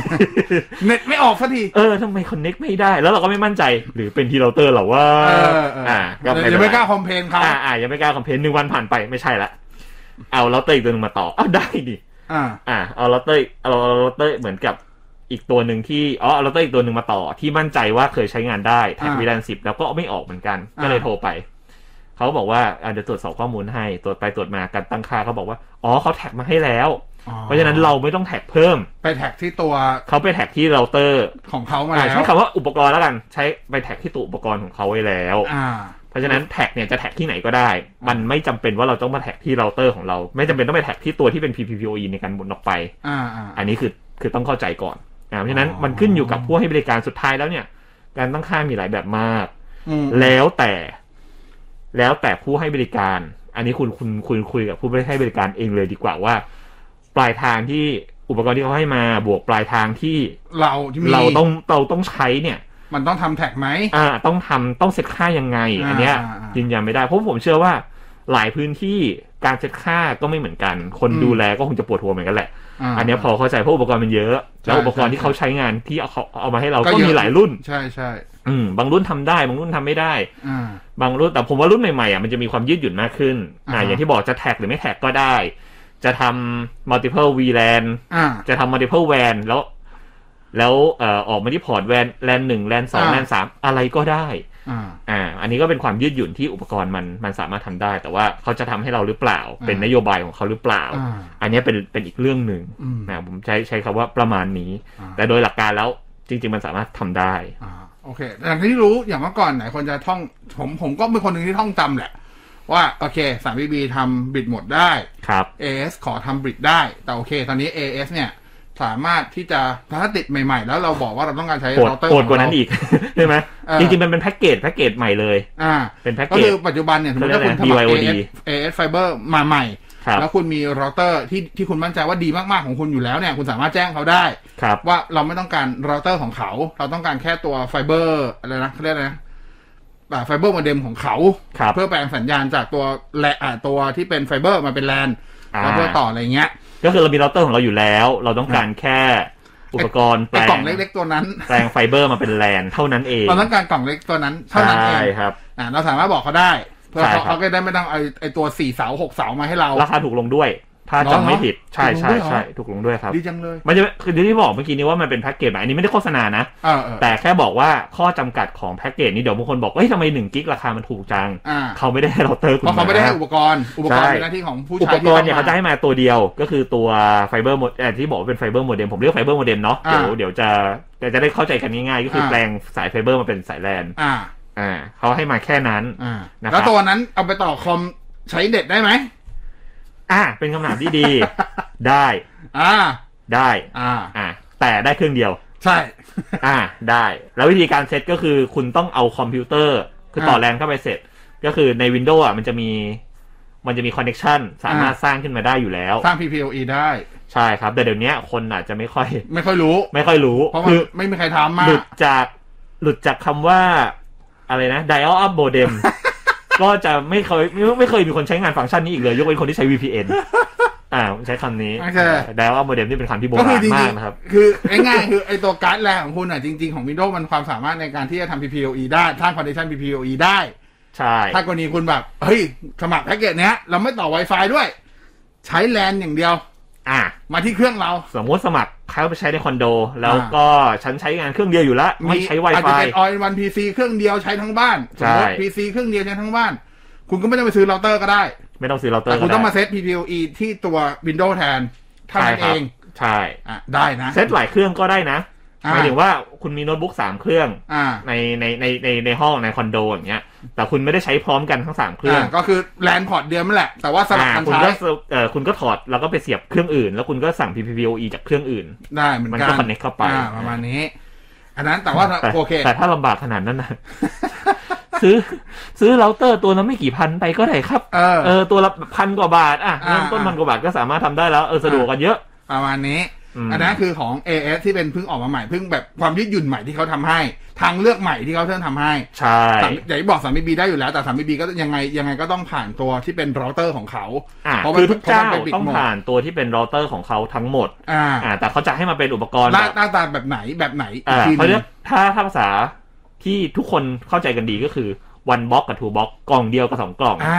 S4: เน็ตไม่ออกสักที
S5: เออทำไมคอนเน็กไม่ได้ แล้วเราก็ไม่มั่นใจ หรือเป็นที่เราเตอร์เหรอว่า
S4: เออเอออ่า
S5: ก็ไม่
S4: ยั
S5: เป็
S4: ง
S5: น
S4: ไม่ก
S5: ไร
S4: ล้าคอมเพลนเขา
S5: อ่าอ่ายังไม่กล้าคอมเพลนหนึ่งวันผ่านไปไม่ใช่ละเอาเราเตอร์อีกตัวหนึงมาต่ออ้าวได้ดิ
S4: อ่า
S5: อ่าเอาเราเตอร์เอาเราเตอร์เหมือนกับอีกตัวหนึ่งที่อ๋อเอาเราเตอร์อีกตัวหนึ่งมาต่อที่มั่นใจว่าเคยใช้งานได้แท็ก
S4: อ่า
S5: วีแลนสิบแล้วก็ไม่ออกเหมือนกัน ก็เลย
S4: อ่า
S5: โทรไป เขาบอกว่าอ่าเดี๋ยวตรวจสอบข้อมูลให้ตรวจไปตรวจมาการตั้งค่าเขาบอกว่าอ๋อเขาแท็กมาให้แล้ว เพราะฉะนั้นเราไม่ต้องแท็กเพิ่ม
S4: ไปแท็กที่ตัว
S5: เขาไปแท็กที่เราเตอร์
S4: ของเขามา
S5: อ่า
S4: แล้ว
S5: ใช้คำว่าอุปกรณ์แล้วกันใช้ไปแท็กที่ตัวอุปกรณ์ของเขาไว้แล้ว
S4: อ่า
S5: เพราะฉะนั้นแท็กเนี่ยจะแท็กที่ไหนก็ได้ มันไม่จำเป็นว่าเราต้องมาแท็กที่เราเตอร์ของเรา ไม่จำเป็นต้องไปแท็กที่ตัวที่เป็น PPPoE ในการหมุนออกไป
S4: อ่าอ่า
S5: อันนี้คือคือต้องเข้าใจก่อนอ่าเพราะฉะนั้น
S4: อ๋อ
S5: มันขึ้นอยู่กับผู้ให้บริการสุดท้ายแล้วเนี่ย การตั้งค่ามีหลายแบบมาก
S4: อืม
S5: แล้วแต่ แล้วแต่ผู้ให้บริการ อันนี้คุณคุณคุณคุยกับผู้ให้บริการเองเลยดีกว่าว่า ปลายทางที่อุปกรณ์ที่เขาให้มาบวกปลายทางที่
S4: เราที่มี
S5: เราต้องเราต้องใช้เนี่ย
S4: มันต้องทำแท็กไหม
S5: อ่าต้องทำต้องเซตค่ายังไง
S4: อ่า
S5: อันเนี้ย
S4: อ่าอ่ายื
S5: ยืนยันไม่ได้เพราะผมเชื่อว่าหลายพื้นที่การเซตค่าก็ไม่เหมือนกัน คน
S4: อืม
S5: ดูแลก็คงจะปวดหัวเหมือนกันแหละ
S4: อ่า
S5: อันเนี้ยพอเข้าใจเพราะอุปกรณ์มันเยอะ
S4: ใช่
S5: แล้วอุปกรณ์
S4: ใช่
S5: ที่เขาใช้งานที่เอาเขาเอามาให้เรา
S4: ก็
S5: ก็
S4: เยอะ
S5: มีหลายรุ่น
S4: ใช่ใช่
S5: อืมบางรุ่นทำได้ บางรุ่นทำไม่ได้
S4: อ่า
S5: บางรุ่นแต่ผมว่ารุ่นใหม่ๆอ่ะมันจะมีความยืดหยุ่นมากขึ้น
S4: อ่า
S5: อ่า
S4: ฮะ
S5: อย่างที่บอกจะแท็กหรือไม่แท็กก็ได้ จะทำ multiple VLAN
S4: อ่า
S5: จะทำ multiple WAN แล้ว แล้วเอ่อออกมาที่พอร์ต WAN LAN หนึ่ง LAN สอง
S4: อ่า
S5: LAN สามอะไรก็ได้
S4: อ่า
S5: อ่า อันนี้ก็เป็นความยืดหยุ่นที่อุปกรณ์มันมันสามารถทำได้ แต่ว่าเขาจะทำให้เราหรือเปล่า
S4: อ่า
S5: เป็นนโยบายของเขาหรือเปล่า
S4: อ่า
S5: อันนี้เป็นเป็นอีกเรื่องหนึ่ง
S4: อืม
S5: นะผมใช้ใช้คำว่าประมาณนี้
S4: อ่า
S5: แต่โดยหลักการแล้วจริง ๆ มันสามารถทำได้
S4: อ่าโอ โอเคอย่างที่รู้อย่างเมื่อก่อนไหนคนจะท่องผมผมก็เป็นคนหนึ่งที่ท่องจำแหละ ว่าโอเคสามบีบีทำบิดหมดได้
S5: ครับ
S4: AS ขอทำบริดได้ แต่โอเค ตอนนี้ AS เนี่ยสามารถที่จะถ้าติดใหม่ ๆ แล้วเราบอกว่าเราต้องการใช้
S5: โกรธ
S4: เราเตอร์
S5: โกรธกว่านั้นอีก ใช่ไหม
S4: เออ
S5: จริงๆมันเป็นแพ็กเกจแพ็กเกจใหม่เลย
S4: อ่า
S5: เป็นแพ็ก
S4: ก็
S5: เกจ
S4: คือปัจจุบันเนี่ยสมมติถ้าคุณส
S5: เขาเรียก
S4: มัคร
S5: อะไร BYOD
S4: AS AS Fiber มาใหม่
S5: ครับ
S4: แล้วคุณมีเราเตอร์ที่ที่คุณมั่นใจว่าดีมากๆของคุณอยู่แล้วเนี่ย คุณสามารถแจ้งเขาได้
S5: ครับ
S4: ว่าเราไม่ต้องการเราเตอร์ของเขา เราต้องการแค่ตัวไฟเบอร์อะไรนะเขาเรียกอะไรนะแบบไฟเบอร์โมเด็มของเขา
S5: ครับ
S4: เพื่อแปลงสัญญาณจากตัวแลอ่าตัวที่เป็นไฟเบอร์มาเป็นแลน
S5: อ่า
S4: แล้วเพื่อต่ออะไรเงี้ย
S5: ก็คือเรามีเราเตอร์ของเราอยู่แล้ว เราต้องการแค่อุปกรณ์แป
S4: ไอ้
S5: ล
S4: กล่อง งเล็กๆตัวนั้น
S5: แปลงไฟเบอร์มาเป็นแลนเท่านั้นเอง
S4: เราต้องการกล่องเล็กตัวนั้นเท่านั้นเอ
S5: ใช่
S4: ง
S5: ครับ
S4: อ่าเราสามารถบอกเขาได้เพื่อ
S5: ใช่
S4: เขา
S5: ครับ
S4: เขาก็ได้ไม่ต้องเอาไอตัวสี่เสาหกเสามาให้เรา
S5: ราคาถูกลงด้วย ถ้า
S4: เหรอ
S5: จำไม่ผิดใช่ใช่
S4: ถูกลงด้วยเหรอ
S5: ใช่ถูกลงด้วยครับ
S4: ดีจังเลย
S5: มันจะคือที่บอกเมื่อกี้นี้ว่ามันเป็นแพ็กเกจใหม่อันนี้ไม่ได้โฆษณานะ
S4: เออเออ
S5: แต่แค่บอกว่าข้อจำกัดของแพ็กเกจนี้เดี๋ยวบางคนบอกเอ้ยทำไมหนึ่งกิกราคามันถูกจัง
S4: อ่า
S5: เขาไม่ได้ให้เราเตอร์คุณ
S4: เพราะเขาไม่ได้ให้
S5: นะ
S4: อุปกรณ์อุปกรณ์
S5: ใช่
S4: เป็นหน้าที่ของผู้
S5: อุ
S4: ใช้
S5: ป
S4: ที่
S5: กรณ์
S4: ต้อง
S5: เนี่ยเขาจะ
S4: มา
S5: ให้มาตัวเดียว ก็คือตัวไฟเบอร์โมเอ่อที่บอกว่าเป็นไฟเบอร์โมเด็มผมเรียกไฟเบอร์โมเด็มเนาะ
S4: อ่า
S5: เดี๋ยวเดี๋ยวจะแต่จะได้เข้าใจกันง่ายๆ ก็คืออา แปลงสายไฟเบอร์มาเป็นสายแลน
S4: อ่า
S5: อ่าเขาให้มาแค่นั้น
S4: อ่า
S5: นะครับ
S4: แล้วตัวนั้นเอาไปต่อคอมใช้เน็ตได้ไหม
S5: อ่าเป็นคำถามที่ ดี ได้
S4: อ่า
S5: ได้
S4: อ่า
S5: อ่าแต่ได้เครื่องเดียว
S4: ใช่
S5: อ่าได้ แล้ววิธีการเซตก็คือคุณต้องเอาคอมพิวเตอร์ คือต่อแลนเข้าไปเสร็จ ก็คือใน Windows อ่ะมันจะมีมันจะมีคอนเน็ชันสามารถสร้างขึ้นมาได้อยู่แล้ว
S4: สร้าง PPLE ได้
S5: ใช่ครับ แต่เดี๋ยวเนี้ยคนอาจจะไม่ค่อย
S4: ไม่ค่อยรู้
S5: ไม่ค่อยรู้
S4: เพราะมั
S5: คื
S4: น
S5: อ
S4: ไม่มีใครทำมา
S5: หลุด
S4: ก
S5: จากหลุดจากคำว่าอะไรนะ dial up modem ก็จะไม่เคยไม่ไม่เคยมีคนใช้งานฟังก์ชันนี้อีกเลย ยกเว้นคนที่ใช้ VPN อ่าใช้คำนี้
S4: โอเค
S5: dial up modem นี่เป็นคำที่โบ
S4: ก็คื
S5: รา
S4: อ
S5: ณ
S4: จริ
S5: มาง กนะครับ
S4: ๆคือง่ายๆคือไอตัวการ์ดแรงของคุณอ่ะจริง ๆ ของ Windows มันความสามารถในการที่จะทำ PPLE ได้สร้าง connection PPLE ได้
S5: ใช่
S4: ถ้ากรณีคุณแบบ เฮ้ย สมัครแพ็กเกจเนี้ย เราไม่ต่อ Wi-Fi ด้วย ใช้แลนอย่างเดียว
S5: อ่า
S4: มาที่เครื่องเรา
S5: สมมติสมัครเข้าไปใช้ในคอนโด แล้ว
S4: อ่า
S5: ก็ฉันใช้งานเครื่องเดียวอยู่ละไม่ใช้
S4: อาจจะ
S5: Wi-Fi
S4: เป็นออยวันพีซีเครื่องเดียวใช้ทั้งบ้านส
S5: ใช่
S4: มมติ PC เครื่องเดียวใช้ทั้งบ้าน คุณก็ไม่ต้องไปซื้อเราเตอร์ก็ได้
S5: ไม่ต้องซื้อเราเตอ
S4: แต่
S5: ร์
S4: คุ
S5: ก็
S4: ณต้องมา
S5: ได้
S4: เซต PPLE ที่ตัว Windows แทนเท่า
S5: ใช่
S4: นั้น
S5: ค
S4: เอ
S5: รับ
S4: ง
S5: ใช่
S4: อ่ะได้นะ
S5: เซตหลายเครื่องก็ได้นะ
S4: อ่า
S5: หมายถึงว่าคุณมีโน้ตบุ๊กสามเครื่อง
S4: อ่า
S5: ในในในในในห้องในคอนโดอย่างเงี้ย แต่คุณไม่ได้ใช้พร้อมกันทั้งสามเครื่อง
S4: อ่าก็คือแลนพอร์ตเดิมนั่นแหละ แต่ว่าสลับ
S5: อ่า
S4: กัน
S5: คุณ
S4: ใช้
S5: ก็เออคุณก็ถอดแล้วก็ไปเสียบเครื่องอื่น แล้วคุณก็สั่ง PPPoE จากเครื่องอื่น
S4: ได้เหมือน
S5: มัน
S4: กั
S5: ก็
S4: น
S5: คอนเน c t เข้าไป
S4: อ่าประมาณนี้ อันนั้นแต่ว่า
S5: แต่
S4: โอเค
S5: แต่ถ้าลำบากขนาดนั้นนะ ซื้อซื้อเราเตอร์ตัวละไม่กี่พันไปก็ได้ครับ
S4: เออ
S5: เออตัวละพันกว่าบาทอ่ะ
S4: อ่า
S5: เริ่มต้น
S4: อ่า
S5: พันกว่าบาทก็สามารถทำได้แล้วเออสะดวกกันเยอะ
S4: ประมาณนี้
S5: ม
S4: อันนั้นคือของ AS ที่เป็นเพิ่งออกมาใหม่เพิ่งแบบความยืดหยุ่นใหม่ที่เขาทำให้ ทางเลือกใหม่ที่เขาเพิ่มทำให้
S5: ใช่
S4: สามอย่างที่บอกสามบีได้อยู่แล้ว แต่สามบีก็ยังไงยังไงก็ต้องผ่านตัวที่เป็นเราเตอร์ของเขา
S5: อ่ะ
S4: เพราะมัน
S5: คือทุกเจ้า
S4: เพราะมันเป็น
S5: ต้องผ่านตัวที่เป็นเราเตอร์ของเขาทั้งหมด
S4: อ่า
S5: อ่ะแต่เขาจะให้มาเป็นอุปกรณ์
S4: หน้า
S5: แบบ
S4: หน้าตาแบบไหนแบบไหนอี
S5: อ่ะ
S4: กทีห
S5: เขา
S4: นึ
S5: เรีย
S4: ง
S5: กถ้าถ้าภาษาที่ทุกคนเข้าใจกันดีก็คือ one box กับ two box กล่องเดียวกับสองกล่อง
S4: อ่า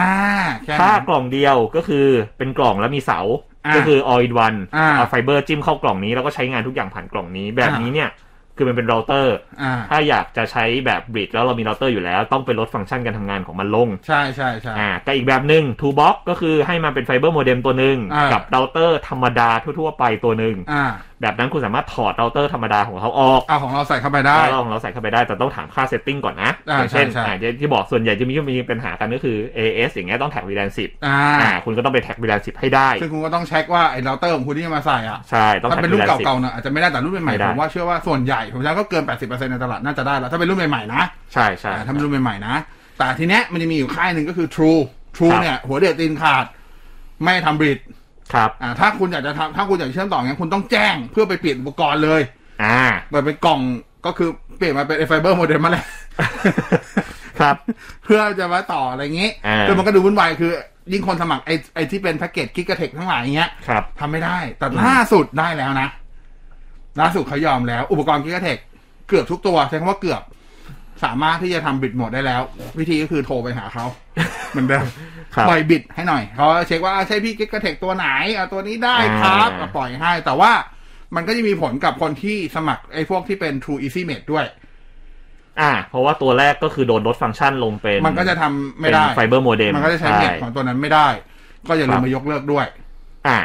S4: แค่
S5: ถ้า
S4: นั้น
S5: กล่องเดียวก็คือเป็นกล่องแล้วมีเสา
S4: อ่ะ
S5: ก็คือ all in one
S4: อ่ะ
S5: เอาไฟเบอร์จิ้มเข้ากล่องนี้แล้วก็ใช้งานทุกอย่างผ่านกล่องนี้ แบบ
S4: อ่ะ
S5: นี้เนี่ยคือมันเป็นเราเตอร์
S4: อ่า
S5: ถ้าอยากจะใช้แบบบริดแล้วเรามีเราเตอร์อยู่แล้ว ต้องไปลดฟังก์ชันการทำงานของมันลง
S4: ใช่ใช่ใช่
S5: อ่าก็อีกแบบหนึ่ง two box ก็คือให้มาเป็นไฟเบอร์โมเด็มตัวหนึ่ง
S4: อ่ากั
S5: กับเราเตอร์ธรรมดาทั่วๆไปตัวหนึ่ง
S4: อ่า
S5: แบบนั้นคุณสามารถถอดเราเตอร์ธรรมดาของเขาออก
S4: เอาของเราใส่เข้าไปได้
S5: แล้วลองเราใส่เข้าไปได้แต่ต้องถามค่าเซตติ้งก่อนนะ
S4: อ่า
S5: อย่างเช่น
S4: ใช่ใช่
S5: อ่าที่บอกส่วนใหญ่จะมีมีปัญหากันก็คือ AS อย่างเงี้ยต้องแท็กวีแลนสิบ
S4: อ่า
S5: อ่าคุณก็ต้องไปแท็กวีแลนสิบให้ได้
S4: ซึ่งคุณก็ต้องเช็คว่าไอ้เราเตอร์ของคุณที่จะมาใส่อ่ะ
S5: ใช่ต้อง
S4: ถ้า
S5: แท็ก
S4: เป็น
S5: วี
S4: รุ่น
S5: แลนสิบ
S4: เก่าๆนะอาจจะไม่ได้แต่รุ่นใหม่
S5: ไม่
S4: ๆ
S5: ได้
S4: ผมว่าเชื่อว่าส่วนใหญ่ผมว่าก็เกิน 80%ในตลาดน่าจะได้แล้วถ้าเป็นรุ่นใหม่ๆนะ
S5: ใช่ใช่
S4: อ่าถ้าเป็นรุ่นใหม่ๆนะ แต่ทีเนี้ยมันจะมีอยู่ค่ายหนึ่งก็คือ True True
S5: ครับ
S4: เนี่ย หัวเด็ดตีนขาด ไม่ทำบริด
S5: ครับ
S4: อ่าถ้าคุณอยากจะทำถ้าคุณอยากจะเชื่อมต่อเงี้ยคุณต้องแจ้งเพื่อไปเปลี่ยนอุปกรณ์เลย
S5: อ่า
S4: เปิดเป็นกล่องก็คือเปลี่ยนมาเป็นไฟเบอร์โมเดลมาเลย
S5: ครับ
S4: เพื่อจะมาต่ออะไรเงี้ย
S5: อ่า
S4: คือมันก็ดูวุ่นวายคือยิ่งคนสมัครไอ้ไอ้ที่เป็นแพ็กเกจกิกะเทคทั้งหลายอย่างเงี้ย
S5: ครับ
S4: ทำไม่ได้ แต่ล่าสุดได้แล้วนะ ล่าสุดเขายอมแล้ว อุปกรณ์กิกะเทคเกือบทุกตัว ใช้คำว่าเกือบ สามารถที่จะทำบิดโหมดได้แล้ว วิธีก็คือโทรไปหาเขา เหมือนเดิม
S5: ครับ
S4: ปล่อยบิดให้หน่อย เขาเช็คว่าใช่พี่กิกะเทคตัวไหนเอาตัวนี้ได้ครับ
S5: อ่า
S4: เอาปล่อยให้ แต่ว่ามันก็จะมีผลกับคนที่สมัครไอ้พวกที่เป็น True Easy Mate ด้วย
S5: อ่าเพราะว่าตัวแรกก็คือโดนลดฟังก์ชันลงเป็น
S4: มันก็จะทำไม่ได้
S5: เป็นไฟเบอร์โมเด็ม
S4: มันก็จะใช้เน็ตของตัวนั้นไม่ได้ ก็อย่า
S5: ค
S4: ลื
S5: รั
S4: ม
S5: บ
S4: มายกเลิกด้วย
S5: อ่า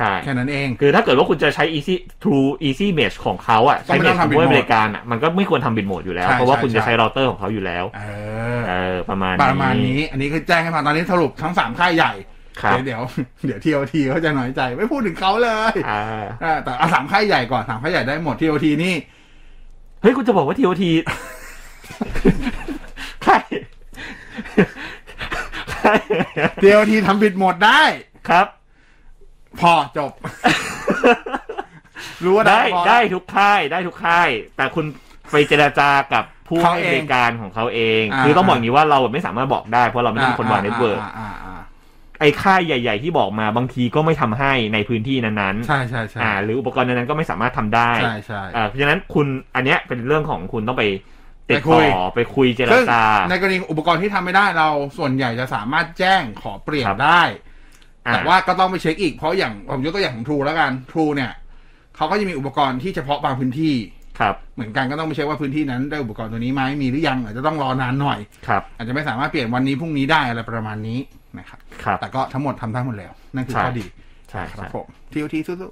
S5: ใช่
S4: แค่นั้นเอง
S5: คือถ้าเกิดว่าคุณจะใช้ easy true easy mesh ของเขาอะ
S4: ก็
S5: ใช้
S4: ไม่
S5: เมช
S4: ต้อง
S5: ข
S4: ทำ
S5: อง
S4: bit
S5: ผู้
S4: mode
S5: ให้บริการอะมันก็ไม่ควรทำบินโหมดอยู่แล้ว
S4: ใช่
S5: เพราะว่า
S4: ใช่
S5: คุณจะ
S4: ใช่
S5: ใช้เราเตอร์ของเขาอยู่แล้ว
S4: เออ
S5: เออประมาณ
S4: ประมาณนี้ อันนี้คือแจ้งให้ฟังตอนนี้สรุปทั้งสามค่ายใหญ่
S5: ครับ
S4: เดี๋ยวเดี๋ยวทีโอทีเขาจะน้อยใจ ไม่พูดถึงเขาเลย
S5: อ่า
S4: อ่าแต่เอาสามค่ายใหญ่ก่อนสามค่ายใหญ่ได้หมดทีโอทีนี่
S5: เฮ้ยคุณจะบอกว่า TOT ใช่ ใช่
S4: ทีโอทีทำบิดหมดได้
S5: ครับ
S4: พอจบ รู้ว่า
S5: ได้
S4: พอ
S5: ได้ทุกค่ายได้ทุกค่าย แต่คุณไปเจราจากับผู้
S4: เขา
S5: ให้
S4: เอง
S5: บริการของเขาเอง
S4: อ่า
S5: คือต้องบอกอย่างนี้ว่าเราไม่สามารถบอกได้เพราะเราไม่ได้เป็นคนวางเน็ตเวิร์ก
S4: อ่าอ่าอ่า
S5: ไอ้ค่ายใหญ่ ๆ ที่บอกมาบางทีก็ไม่ทำให้ในพื้นที่นั้น
S4: ใช่ใช่ใช่
S5: ๆอ่า หรืออุปกรณ์นั้นๆก็ไม่สามารถทำได้
S4: ใช่ใช่
S5: อ่าเพราะฉะนั้นคุณอันเนี้ยเป็นเรื่องของคุณต้องไปติด
S4: ไปคุ
S5: ต่
S4: ย
S5: อไปคุยเจร
S4: ซึ่ง
S5: จา
S4: ในกรณีอุปกรณ์ที่ทำไม่ได้เราส่วนใหญ่จะสามารถแจ้งขอเปลี่ยน
S5: ครับ
S4: ได้
S5: อ่
S4: แต่ว่าก็ต้องไปเช็คอีกเพราะอย่างผมยกตัวอย่างของทรูแล้วกันทรูเนี่ยเขาก็จะมีอุปกรณ์ที่เฉพาะบางพื้นที่
S5: ครับ
S4: เหมือนกันก็ต้องไปเช็คว่าพื้นที่นั้นได้อุปกรณ์ตัวนี้ไหมมีหรือยังอาจจะต้องรอนานหน่อย
S5: ครับ
S4: อาจจะไม่สามารถเปลี่ยนวันนี้พรุ่งนี้ได้อะไรประมาณนี้นะครับ
S5: ครับ
S4: แต่ก็ทั้งหมดทำได้หมดแล้ว นั่นคือ
S5: ใช่
S4: ข้อดี
S5: ใช่
S4: ค
S5: ค
S4: รั
S5: รั
S4: บบ ผมทีโอทีสู้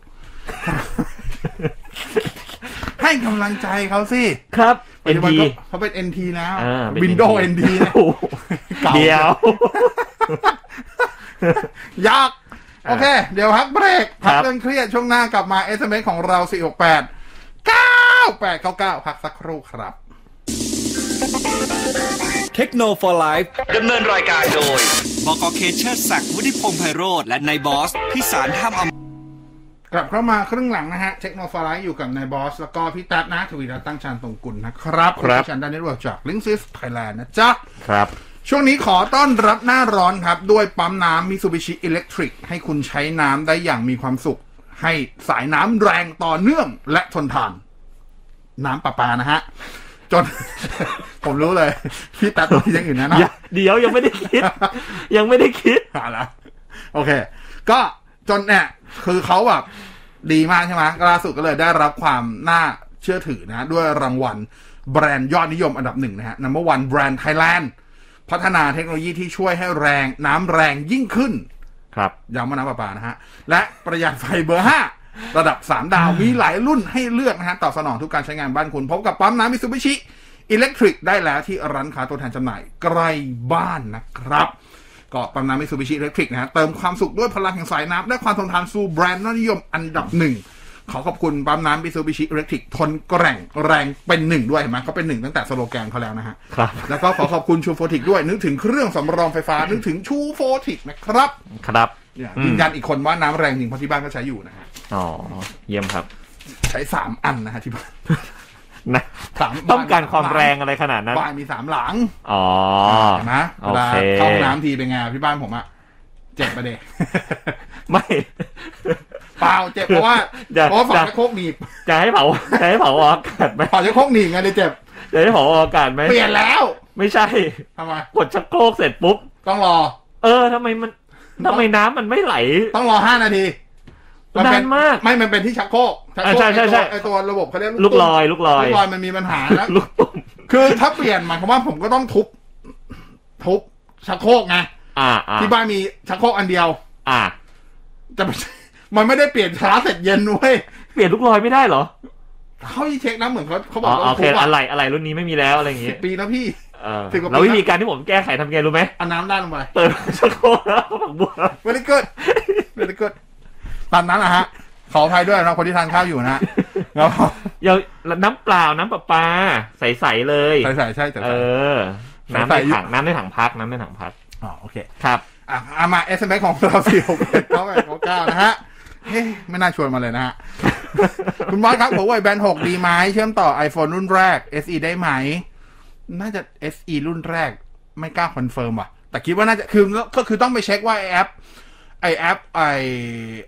S4: ๆ ให้กำลังใจเขาสิ
S5: ครับ
S4: ปั
S5: เอ็
S4: จ
S5: น
S4: จุบัน
S5: ดี
S4: ก็เขาเป็น NT แล้ว
S5: อ่าเป็น
S4: Windows NT นะเก่า
S5: เดียว
S4: ยาก โอเค เดี๋ยวพักเบรก
S5: ครั
S4: พัก
S5: บ
S4: เรื่องเครียดช่วงหน้ากลับมา SMS ของเรา 468 9899 พักสักครู่ครับ
S3: เทคโนโลยีไลฟ์ดำเนินรายการโดย บกเคเชอร์ศักดิ์วุฒิพงษ์ไพโรธและนายบอสพิสารท่ามอม
S4: กลับเข้ามาครึ่งหลังนะฮะ เทคโนโลยีอยู่กับนายบอส แล้วก็พี่ตั๊ดนะทวีรัตน์ตั้งชันตรงกุลนะครับ
S5: ครับ
S4: ชันด้านเน็ตเวิร์กจากลิงซิสไทยแลนด์นะจ๊ะ
S5: ครับ
S4: ช่วงนี้ขอต้อนรับหน้าร้อนครับ ด้วยปั๊มน้ำมิ t ูบิชิอิเล็กทริกให้คุณใช้น้ำได้อย่างมีความสุข ให้สายน้ำแรงต่อเนื่องและทนทาน น้ำประปานะฮะ จน ผมรู้เลย พี่ตัดตัวยังอื่นแนะ
S5: อย่า
S4: นะ
S5: เดี๋ยวยังไม่ได้ คิด ยังไม่ได้คิด
S4: หาละโอเค ก็จนเนี่ยคือเขาแบบดีมากใช่ไหมก็ล่าสุดก็เลยได้รับความน่าเชื่อถือนะ ด้วยรางวัลแบรนด์ยอดนิยมอันดับหนึ่งนะฮะ number one brand Thailand พัฒนาเทคโนโลยีที่ช่วยให้แรงน้ำแรงยิ่งขึ้น
S5: ครับ
S4: ย้ำว่าน้ำประปานะฮะ และประหยัดไฟเบอร์ 5 ระดับ 3 ดาว มีหลายรุ่นให้เลือกนะฮะ ตอบสนองทุกการใช้งานบ้านคุณ พบกับปั๊มน้ำมิซูบิชิอิเล็กทริกได้แล้วที่ร้านค้าตัวแทนจำหน่ายใกล้บ้านนะครับ ก็ปั๊มน้ำมิซูบิชิอิเล็กทริกนะฮะ เติมความสุขด้วยพลังแห่งสายน้ำและความทนทานสู่แบรนด์ยอดนิยมอันดับหนึ่ง ขอขอบคุณปั๊มน้ำมิซูบิชิอิเล็กทริกทนแกร่งแรงเป็นหนึ่งด้วยเห็นไหมเขาเป็นหนึ่งตั้งแต่สโลแกนเขาแล้วนะฮะ
S5: ครับ
S4: แล้วก็ขอขอบคุณชูโฟติกด้วย นึกถึงเครื่องสำรองไฟฟ้า นึกถึงชูโฟติกนะครับ
S5: ครับ
S4: เนี่ย
S5: อืม
S4: ยืนยันอีกคนว่าน้ำแรงจริงเพราะที่บ้านก็ใช้อยู่นะฮะ
S5: อ๋อ เยี่ยมครับ
S4: ใช้สามอันนะฮะที่บ้าน
S5: นะ
S4: สาม
S5: ต้องการความ
S4: บ้น
S5: แรงอะไรขนาดนั้น
S4: บ้านมีสามหลัง
S5: อ๋อ
S4: เห็นะเว
S5: โอ
S4: ลา
S5: เค
S4: เข้าห้องน้ำทีเป็นไงพี่บ้านผมอะเจ็บประเด
S5: ไม่
S4: เปล่าเจ็บเพราะว่า
S5: อย่า
S4: เพราะว่าฝา
S5: อย่า
S4: ชักโครกหนีบ
S5: จะให้เผา จะให้เผาออกอากาศไหม
S4: ฝาชักโครกหนีบไงเลยเจ็บ
S5: จะให้เผาออกอากาศไหม
S4: เปลี่ยนแล้ว
S5: ไม่ใช่
S4: ทำไม
S5: กดชักโครกเสร็จปุ๊บ
S4: ต้องรอ
S5: เออทำไมมันทำไมน้ำมันไม่ไหล
S4: ต้องรอห้านาที
S5: นานมาก
S4: ไม่มันเป็นที่ชักโครกชักโครก
S5: อ่าใช่ใช่ใช่
S4: ไอตัวไอ้ตัวระบบเขาเรียก
S5: ลูก
S4: ตุ้ม
S5: ลอย ลูกลอย
S4: ลูกลอยมันมีปัญหานะ
S5: ลูกตุ้ม
S4: คือถ้าเปลี่ยนหมายความว่าผมก็ต้องทุบทุบชักโครกไง
S5: อ่าอ่า
S4: ที่บ้านมีชักโครกอันเดียว
S5: อ่า
S4: แต่มัน มันไม่ได้เปลี่ยนช้าเสร็จเย็นเว้ย
S5: เปลี่ยนลูกลอยไม่ได้เหรอ
S4: เขาที่เช็คนะเหมือนเขาเขาบ
S5: อ๋
S4: อ
S5: อก
S4: ว่า
S5: โอเค
S4: ทุบ
S5: อะไรอะไรรุ่นนี้ไม่มีแล้วอะไรอย่าง
S4: สิ
S5: งี้
S4: บปีแล้วพี่
S5: เออ
S4: สิบกว่าปี
S5: แล้ววิธีการที่ผมแก้ไขทำไงรู้ไหม
S4: เอาน้ำด้านลงไป
S5: เปิด ชักโครกแล้วฝักบัว
S4: เวลิก o ดเวลิก o ดตามนั้นนะฮะ ขออภัยด้วยนะคนที่ทานข้าวอยู่ นะแล้ว
S5: อย่าน้ำเปล่าน้ำประปา ใสๆเลย
S4: ใส่ใส่ใช่แต่
S5: เออ น้ำ
S4: ใส่
S5: ใน
S4: ๆ
S5: ถังน้ำในถังพักน้ำในถังพัก
S4: อ๋อโอเค
S5: ครับ
S4: อ่ะเอามาเอสเอ็มของเรา สี่หกเจ็ดเก้าแปดเก้าเก้านะฮะเฮ้ยไม่น่าชวนมาเลยนะฮะ คุณบอสครับหัวเว่ยแบนด์หกดีไหมเชื่อมต่อ iPhone รุ่นแรก SE ได้ไหม น่าจะ SE รุ่นแรก ไม่กล้าคอนเฟิร์มว่ะ แต่คิดว่าน่าจะคือก็คือต้องไปเช็คว่าไอแอป ไอแอปไอ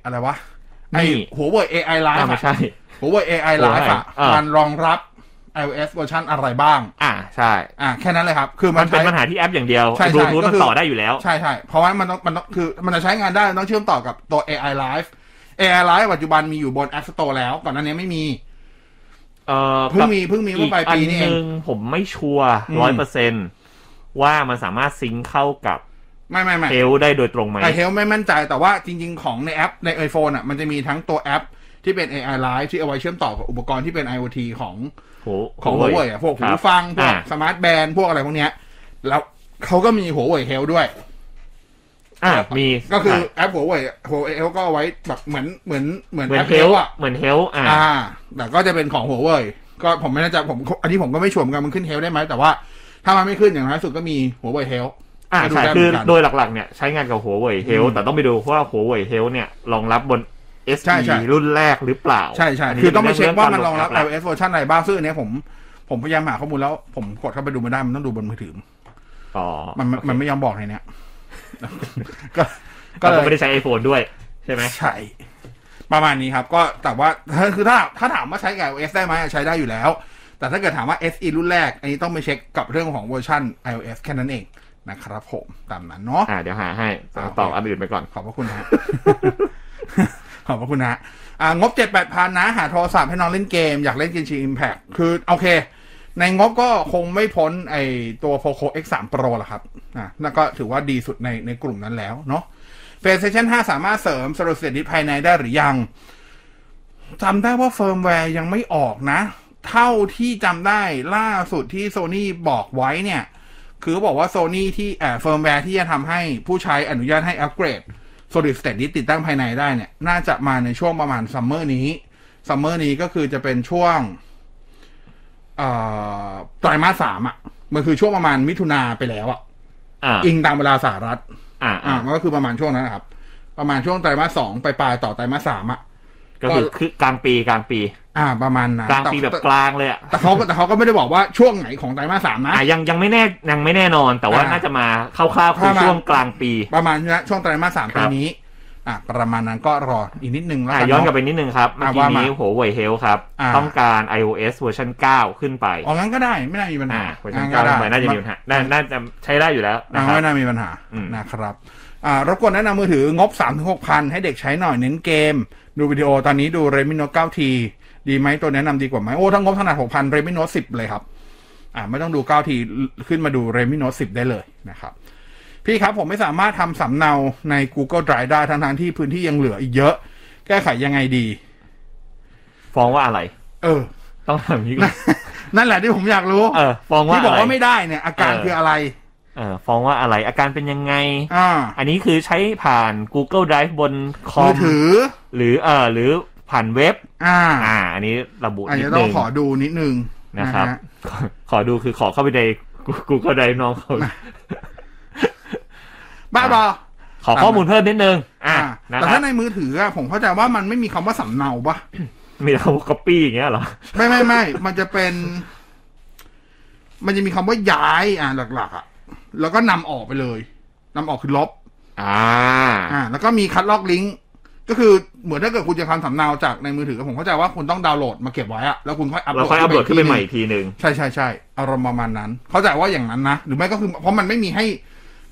S4: อะไรวะ ไอ
S5: นี่
S4: หัวเว่ย AI
S5: อ่า
S4: Live
S5: ไม่
S4: อะ
S5: ใช่
S4: หัวเว่ย AI Live อะ
S5: อ่ามั
S4: มันรองรับ iOS เวอร์ชันอะไรบ้าง
S5: อ่าใช่
S4: อ่ะแค่นั้นเลยครับ คือมั
S5: มัน นเป็น
S4: ใช้
S5: ปัญหาที่แอปอย่างเดียว
S4: ใช่ใช่
S5: บลูทูธ
S4: ก็
S5: มัน
S4: คือ
S5: ต่อได้อยู่แล้ว
S4: ใช่ใช่เพราะว่ามันต้องมันต้องคือมันจะใช้งานได้ต้องเชื่อมต่อกับตัว AI Live AI Live ปัจจุบันมีอยู่บน App Store แล้วก่อนหน้านี้ไม่มี
S5: เออ
S4: เพิ่ง
S5: กับ
S4: มีเพิ่งมี
S5: อี
S4: เมื่อก ปลาย
S5: อัน
S4: ปีนี่
S5: ห
S4: เอง
S5: นึ่งผมไม่ชัวร์
S4: อืม
S5: ร้อยเปอร์เซ็นต์ว่ามันสามารถซิงค์เข้ากับ
S4: ไม่ไม่ไม่
S5: เฮลได้โดยตรงไหม
S4: ไอเฮลไม่มั่นใจแต่ว่าจริง ๆ ของในแอปใน iPhone อ่ะมันจะมีทั้งตัวแอปที่เป็น AI Live ที่เอาไว้เชื่อมต่อกับอุปกรณ์ที่เป็น IoT ของของหัวเว่ยอ่ะพวกหูฟัง พวกสมาร์ทแบนด์พวกอะไรพวกเนี้ย แล้วเขาก็มีหัวเว่ยเฮลด้วย
S5: อ่ามี
S4: ก็คือะ แอปหัวเว่ยหัวเฮลก็เอาไว้แบบเหมือนเหมือนเหมือน
S5: เหมือ
S4: แอน ป
S5: เฮ
S4: เฮ
S5: ล
S4: ลอ่ะ
S5: เหมือนเฮลอ่า
S4: อ่า แต่ก็จะเป็นของหัวเว่ยก็ผมไม่แน่ใจผมอันนี้ผมก็ไม่ชัวร์เหมือนกันมันขึ้นเฮลได้ไหมแต่ว่าถ้ามันไม่ขึ้นอย่างน้อยสุดก็มีหัวเว่ยเฮล
S5: อ่า
S4: ให้ดู
S5: ใช่
S4: ได้เหมื
S5: คือ
S4: อนกัน
S5: โดยหลักๆ เนี่ยใช้งานกับหัวเว่ยเฮล
S4: อืม
S5: แต่ต้องไปดูว่าหัวเว่ยเฮลเนี่ยรองรับบน s
S4: ใช่ใช่
S5: e รุ่นแรกหรือเปล่า
S4: ใช่ใช่
S5: นนี้
S4: คือต้องไปเช็คว่ามัน
S5: ป็
S4: รองรับ
S5: แปละ
S4: iOS เวอร์ชันอะไรบ้างซึ่งอันเนี้ยผมผมพยายามหาข้อมูลแล้ว ผมกดเข้าไปดูไม่ได้มันต้องดูบนมือถือ
S5: อ๋อ
S4: มันมันมันไม่ยอมบอกในเนี้ย ก็
S5: ก็
S4: ก็เล
S5: ไม่
S4: ย
S5: ได้ใช้ iPhone ด้วยใช่ไหม
S4: ใช่ประมาณนี้ครับ ก็แต่ว่า คือถ้าถ้าถามว่าใช้กับ iOS ได้ไหมใช้ได้อยู่แล้ว แต่ถ้าเกิดถามว่า SE รุ่นแรก อันนี้ต้องไปเช็คกับเรื่องของเวอร์ชัน iOS แค่นั้นเองนะครับผมตามนั้นเนาะ
S5: อ่าเดี๋ยวหาให้
S4: อ่า
S5: ต่ออันอื่นไปก่อน
S4: ขอบพระคุณฮะ ขอบพระคุณฮะอ่างบเจ็ดแปดพันนะ หาโทรศัพท์ให้น้องเล่นเกม อยากเล่นกินชีอิมแพคคือโอเค ในงบก็คงไม่พ้นไอตัว Poco X3 Pro หรอกครับอ่ะนั่นก็ถือว่าดีสุดในในกลุ่มนั้นแล้วเนาะ PlayStation 5 สามารถเสริมสรุปเสียดิภายในได้หรือยังจำได้ว่าเฟิร์มแวร์ยังไม่ออกนะ เท่าที่จำได้ล่าสุดที่ Sony บอกไว้เนี่ย คือเขาบอกว่า Sony ที่เอ่อเฟิร์มแวร์ที่จะทำให้ผู้ใช้อนุญาตให้อัปเกรด Solid State ที่ติดตั้งภายในได้เนี่ย น่าจะมาในช่วงประมาณซัมเมอร์นี้ซัมเมอร์นี้ก็คือจะเป็นช่วงเอ่อไตรมาสสามอ่ะ มันคือช่วงประมาณมิถุนาไปแล้วอ่ะ
S5: อ่า
S4: อิงตามเวลาสหรัฐ
S5: อ่า
S4: อ่า
S5: อ่า
S4: มันก็คือประมาณช่วงนั้นนะครับ ประมาณช่วงไตรมาสสองไปปลายๆต่อไตรมาสสามอ่ะ
S5: ก็คือคือกลางปีกลางปี
S4: อ่า ประมาณนั้น
S5: กลางปีแบบ
S4: ต่
S5: กลางเลยอ่ะ
S4: แต่เขาก็แต่เขาก็ไม่ได้บอกว่าช่วงไหนของไตรมาสสามนะ
S5: อ่ายังยังไม่แน่ยังไม่แน่นอนแต่ว่า
S4: อ่า
S5: น่าจะมาคร่าวๆคือ
S4: ประมาณ
S5: ช่วงกลางปี
S4: ประมาณนี้นะช่วงไตรมาสสามปีนี้ อ่าประมาณนั้นก็รออีกนิดนึงแล้ว
S5: อ่า
S4: กัน
S5: ย้อนกลับ
S4: เนาะ
S5: ไปนิดนึงครับเมื่อ
S4: อ่า
S5: กี้
S4: ว่ามานี้
S5: นี้หัวเว่ยเฮลครับ
S4: อ่า
S5: ต้องการ iOS เวอร์ชัน9 ขึ้นไป
S4: อ๋องั้นก็ได้ไม่น่ามีปัญหา
S5: อ่าเวอร์ชันเก้าหมายน่าจะมีปัญหาน่าน่าจะใช้ได้อยู่แล้วนะ
S4: อ่า
S5: ครับ
S4: ไม่น่ามีปัญหา
S5: อืม
S4: นะครับ อ่ารบกวนแนะนำมือถืองบ3ามถึงหกพันให้เด็กใช้หน่อยเน้นเกม ดูวิดีโอตอนนี้ดู Redmi Note 9T ดีไหมตัวแนะนำดีกว่าไหมโอ้ทั้งงบขนาด6,000 Redmi Note 10 เลยครับ อ่าไม่ต้องดู 9T ขึ้นมาดู Redmi Note 10 ได้เลยนะครับ พี่ครับผมไม่สามารถทำสำเนาใน Google Drive ได้ทั้งๆที่พื้นที่ยังเหลืออีกเยอะ แก้ไขยังไงดี
S5: ฟ้องว่าอะไร
S4: เออ
S5: ต้องถามนี้ก่อน
S4: นั่นแหละที่ผมอยากรู้
S5: เออฟ้องว่า
S4: ที่บอก
S5: อะไร
S4: ว่าไม่ได้เนี่ย อาการ
S5: เออ
S4: คืออะไร
S5: เออฟ้องว่าอะไร อาการเป็นยังไง
S4: อ่า
S5: อันนี้คือใช้ผ่าน Google Drive บนคอ
S4: มือ
S5: ม
S4: ถือ
S5: หรือเออหรือผ่านเว็บ
S4: อ่า
S5: อ่า อันนี้ระบุ
S4: อาจ
S5: นิด
S4: จะต้อ
S5: นึ
S4: ง
S5: ง
S4: ขอดูนิดนึง
S5: นะครับ
S4: ฮ
S5: ขอขอดูคือขอเข้าไปใน Google Drive น้องเขา
S4: บ้าบอ
S5: ขอข้อมูลเพิ่มนิดนึง อ่า
S4: อ่า
S5: นะ
S4: แต่
S5: ครั
S4: ถ้า
S5: บ
S4: ในมือถืออะผมเข้าใจว่ามันไม่มีคำว่าสำเนาปะ
S5: มีแต่คำว่า copy อย่างเงี้ยเหรอ
S4: ไม่ไม่ไม่ มันจะเป็น มันจะมีคำว่าย้ายอ่าหลัก ๆ อ่ะ แล้วก็นำออกไปเลยนำออกคือลบ
S5: อ่า
S4: อ่า แล้วก็มีคัดลอกลิงก์ก็คือเหมือนถ้าเกิดคุณจะทำสำเนาจากในมือถือผมเข้าใจว่าคุณต้องดาวน์โหลดมาเก็บไว้อะแล้วคุณค่อยอัปโหล
S5: เรา
S4: ด
S5: ค่อยอัปโหลดขึ้นไป
S4: อีกที
S5: ให
S4: ห
S5: ม่
S4: นึ่ง
S5: อีกทีหนึ่ง
S4: ใช่ใช่ใช่อารมณ์ประมาณนั้น เข้าใจว่าอย่างนั้นนะ หรือไม่ก็คือเพราะมันไม่มีให้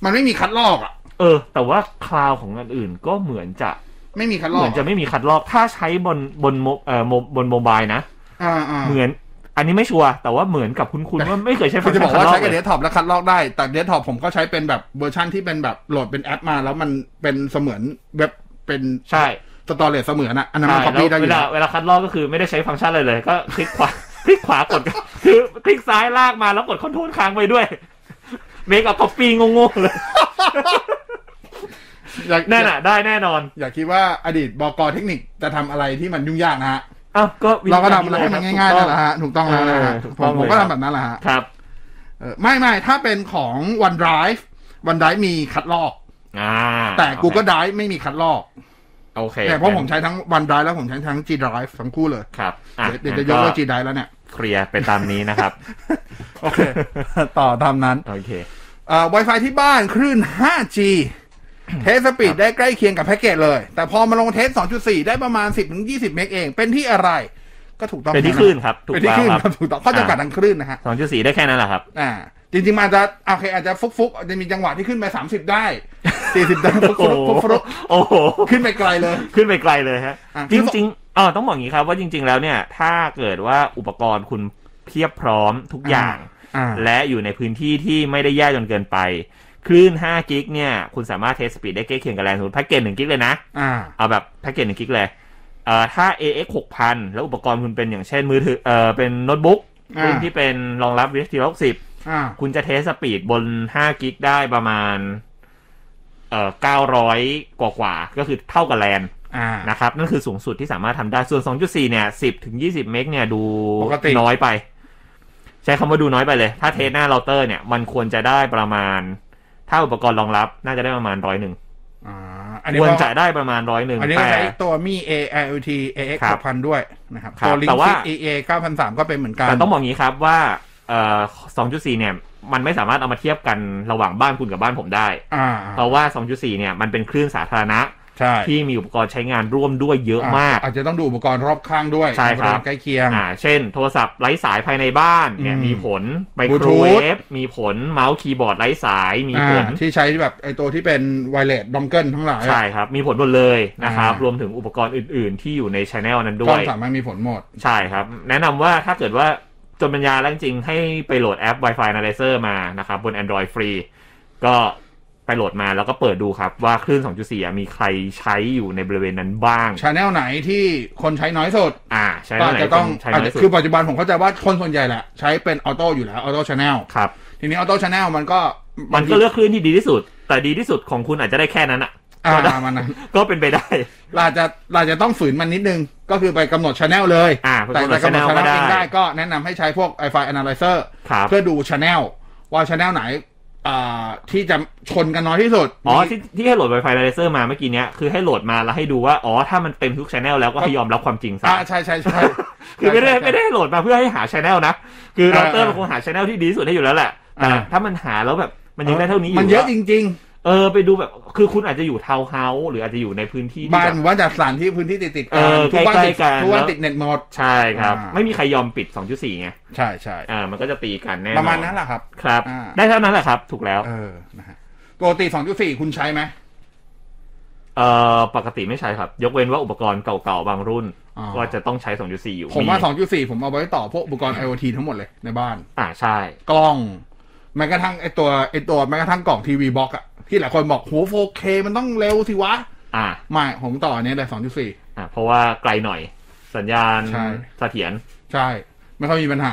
S4: มันไม่มีคัดลอกอ่ะ
S5: เออ แต่ว่าคลาวของอันอื่นก็เหมือนจะ
S4: ไม่มีคัดล
S5: เห
S4: อก
S5: มือนจะไม่มีคัดลอก ถ้าใช้บนบนโมเอ่อโมบนโมบายนะ
S4: อ่าอ่า
S5: เหมือน อันนี้ไม่ชัวร์ แต่ว่าเหมือนกับคุณคุณว่าไม่เคยใช้
S4: คุ
S5: ฟั
S4: ณ
S5: ง
S4: จะ
S5: ก์
S4: บ
S5: ชัคั
S4: อนก
S5: ด
S4: ว่า
S5: ลอก
S4: ใช้กับ
S5: เล
S4: เด
S5: ย
S4: สก์ท็อปแล้วคัดลอกได้ แต่เดสก์ท็อปผมก็ใช้เป็นแบบเวอร์ชั่นที่เป็นแบบโหลดเป็นแอปมา แล้วมันเป็นเสมือนเว็บเป็น
S5: ใช่
S4: สตอเรจเสมือนอ่ะ อันนั้น
S5: ใช่
S4: มัน c o
S5: แล้
S4: p y
S5: ว
S4: ได้อ
S5: เว
S4: ยู่
S5: ลา
S4: แล้ว
S5: เวลาคัดลอกก็คือไม่ได้ใช้ฟังก์ชันอะไรเลย ก็คลิกขวา คลิกขวากด คือคลิกซ้ายลากมาแล้วกดคอนโทรลค้างไว้ด้วย เมคเอาคอปปี้งงๆเลย
S4: อยาก
S5: แน่ น่ะ ได้แน่นอน
S4: อยากคิดว่าอดีตบกเทคนิคจะทำอะไรที่มันยุ่งยากนะฮะ
S5: อ้าวก็วิธี
S4: เราก็ทำอะไรให้มันง่ายๆ
S5: ถู
S4: นั่
S5: ก
S4: น
S5: ต้อ
S4: แหละฮะ ถูกต้องแล้วนะฮะ
S5: เออถูก
S4: ผ
S5: ต้อง
S4: ม
S5: เลย
S4: ผมก็ทำแบบนั้นแหละฮะ
S5: ครับ
S4: เออไม่ไม่ถ้าเป็นของ OneDrive OneDrive มีคัดลอก
S5: อ่า
S4: แต่
S5: โอเค
S4: Google Drive ไม่มีคัดลอก
S5: โอเค
S4: แต่เพราะผมใช้ทั้ง OneDrive แล้วผมใช้ทั้ง G Drive ทั้งคู่เลย
S5: ครับอ่
S4: เดี๋ยวเดี๋ยวจะยกเลิก G Drive แล้วเนี่ย
S5: เคลียร์ไปตามนี้นะครับ
S4: โอเค ต่อตามนั้น
S5: โอเค
S4: เอ่อ Wi-Fi ที่บ้านคลื่น 5G เทสสปีดได้ใกล้เคียงกับแพ็กเกจเลย แต่พอมาลงเทส 2.4 ได้ประมาณ 10-20 เมกเอง เป็นที่อะไร ก็ถูกต้อง
S5: เป็นที่คลื่นครับถูก
S4: เป็นที่
S5: ต้อ
S4: ค
S5: ง
S4: ลื่น
S5: ครับ
S4: ครับถูกต้องข้อจำกัดทางคลื่นนะฮะ
S5: สองจุดสี่ได้แค่นั้นแหละครับ
S4: อ่าจริงๆมันอาจจะโอเคอาจจะฟุกฟุกๆอาจจะมีจังหวะที่ขึ้นไปสามสิบได้สี่สิบได้ฟุก
S5: โอ้
S4: ฟุกฟุกฟุก
S5: โอ้โห
S4: ๆขึ้นไปไกลเลย
S5: ขึ้นไปไกลเลยฮะ
S4: อ่ะ
S5: จริงๆอ๋อต้องบอกอย่างนี้ครับว่าจริง ๆ แล้วเนี่ย ถ้าเกิดว่าอุปกรณ์คุณเพียบพร้อมทุกอย่าง
S4: อ่า
S5: และอยู่ในพื้นที่ที่ไม่ได้แย่จนเกินไป คลื่น 5 กิกเนี่ย คุณสามารถเทสสปีดได้ใกล้เคียงกับแลนด์สมมติแพ็กเกจ1กิกเลยนะ
S4: อ่า
S5: เอาแบบแพ็กเกจ1กิกเลยเอ่อถ้า AX 6000 แล้วอุปกรณ์คุณเป็นอย่างเช่นมือถือเอ่อเป็นโน้ตบุ๊ก
S4: อ่า
S5: รุ่นที่เป็นรองรับ VST 60
S4: อ่า
S5: คุณจะเทสสปีดบน 5 กิกได้ประมาณเอ่อ900 กว่ากว่าๆก็คือเท่ากับแลน
S4: อ่า
S5: นะครับ นั่นคือสูงสุดที่สามารถทำได้ส่วน 2.4 เนี่ย 10ถึง20 เมกเนี่ยดู
S4: ปกติ
S5: น้อยไป ใช้คำว่าดูน้อยไปเลย ถ้าเทสหน้าเราเตอร์เนี่ยมันควรจะได้ประมาณ ถ้าอุปกรณ์รองรับน่าจะได้ประมาณร้อยหนึ่ง
S4: อ่าอันนี้
S5: ควร
S4: ก็
S5: จะได้ประมาณร้อยหนึ่ง
S4: อันนี้ก็
S5: แต่
S4: ใช้ตัวมี A I O T A X
S5: ครับ
S4: 6000 ด้วยนะครับ
S5: ครับ
S4: ตัวลิง
S5: แต่
S4: ก์
S5: ว่า
S4: A A 9003 ก็เป็นเหมือนกัน
S5: แต่ต้องบอกงี้ครับว่าเอ่อ2.4 เนี่ย มันไม่สามารถเอามาเทียบกันระหว่างบ้านคุณกับบ้านผมได้
S4: อ่า
S5: เพราะว่า 2.4 เนี่ย มันเป็นคลื่นสาธารณะ
S4: ใช่
S5: ที่มีอุปกรณ์ใช้งานร่วมด้วยเยอะมาก
S4: อ่อาจจะต้องดูอุปกรณ์รอบข้างด้วย
S5: ใช่ครับ
S4: อุปกณ์ใกล้เคียง
S5: อ่า เช่น โทรศัพท์ไร้สายภายในบ้านเนี่ย
S4: อืม
S5: มีผลไมโคร
S4: Bluetooth
S5: เวฟมีผลเมาส์คีย์บอร์ดไร้สายมีผ
S4: อ่า
S5: ล
S4: ที่ใช้แบบไอตัวที่เป็นไวเลสดองเกิลทั้งหลาย
S5: ใช่ครับ มีผลหมดเลยนะครับ
S4: อ่าร ร
S5: วมถึงอุปกรณ์อื่น ๆ ที่อยู่ในช anel นั้นด้
S4: ก็
S5: วย
S4: สามารถมีผลหมด
S5: ใช่ครับ แนะนำว่าถ้าเกิดว่าจนปัญญาแล้วจริงๆให้ไปโหลดแอป Wi-Fi Analyzer มานะครับ บน Android ฟรี ก็ไปโหลดมาแล้วก็เปิดดูครับ ว่าคลื่น 2.4อ่ะมีใครใช้อยู่ในบริเวณนั้นบ้าง
S4: ชาแนลไหนที่คนใช้น้อยสุด
S5: อ่า ใช้
S4: ก็
S5: ตัวไห
S4: อาจ
S5: น
S4: จะต้อง
S5: ใช้
S4: อาจ
S5: น้อ
S4: จะ
S5: ยสุด
S4: คือปัจจุบันผมเข้าใจว่าคนส่วนใหญ่แหละ ใช้เป็นออโต้อยู่แล้วออโต้ชาแนล
S5: ครับ
S4: ทีนี้ออโต้ชาแนลมันก็
S5: มันก็เลือกคลื่นที่ดีที่สุด แต่ดีที่สุดของคุณอาจจะได้แค่นั้นอ่ะ
S4: อ่
S5: ก็ได้
S4: ามันนะ
S5: ก็เป็นไปได้
S4: เราอาจจะเราอาจจะต้องฝืนมันนิดนึง ก็คือไปกำหนดชาแนลเลย
S5: อ่า
S4: แต่แต่กำหนด
S5: ชาแน
S4: ชาแน
S5: ลก็
S4: ลเอง
S5: ได้
S4: ได้ก็แนะนำให้ใช้พวก Wi-Fi Analyzer
S5: ครับ
S4: เพื่อดูชาแนลว่าชาแนลไหนอ่าที่จะชนกันน้อยที่สุด
S5: อ๋อที่ที่ให้โหลด Wi-Fi Analyzer มาเมื่อกี้เนี้ยคือให้โหลดมาแล้วให้ดูว่าอ๋อถ้ามันเต็มทุกช anel แล้วก็ให้ยอมรับความจริงซะ
S4: อ่าใช่ใช่ใช่
S5: คือไม่ได้ไม่ได้โหลดมาเพื่อให้หาชแนลนะ คือเรา
S4: อ่า
S5: เตอร์มันคงหาชแนลที่ดีที่สุดให้อยู่แล้วแหละแต่
S4: อ่า
S5: ถ้ามันหาแล้วแบบมันยังได้เท่านี้อยู่
S4: มันเยอะจ
S5: อ
S4: ริง
S5: เออไปดูแบบคือคุณอาจจะอยู่ทาวน์เฮาส์หรืออาจจะอยู่ในพื้นที่
S4: ๆ
S5: ที่
S4: บ้าน
S5: แบบ
S4: ว่าจากสถานที่พื้นที่ติดติดๆกั
S5: เออ
S4: ทุกบ้านติด
S5: ใกล้ๆกัน
S4: ทุกบ้าน
S5: แล้ว
S4: ติดเน็ตหมด
S5: ใช่ครับ
S4: อ่า
S5: ไม่มีใครยอมปิด 2.4ไง
S4: ใช่ใช่
S5: อ่ามันก็จะตีกันแน่นอน
S4: ประมาณนั้นแหละครับ
S5: ครับ
S4: อ่า
S5: ได้เท่านั้นแหละครับ ถูกแล้ว
S4: เออนะฮะปกติ 2.4 คุณใช้ไหม
S5: เอ่อปกติไม่ใช้ครับ ยกเว้นว่าอุปกรณ์เก่าๆบางรุ่น
S4: อ๋อ
S5: ก็จะต้องใช้ 2.4 อยู่
S4: ผมว่า 2.4 ผมเอาไว้ต่อพวกอุปกรณ์ IoT ทั้งหมดเลยในบ้าน
S5: อ่าใช่
S4: กล้องแม้กระทั่งไอตัวไอตัวแม้กระทั่งกล่องทีวีบ็อกอะที่หลายคนบอกโห 4K มันต้องเร็วสิวะ
S5: อ่า
S4: ไม่ผมต่ออันนี้เลย
S5: อ่าเพราะว่าไกลหน่อยสัญญาณ
S4: ใช่
S5: เสถียร
S4: 2.4 ใช่ ไม่ค่อยมีปัญหา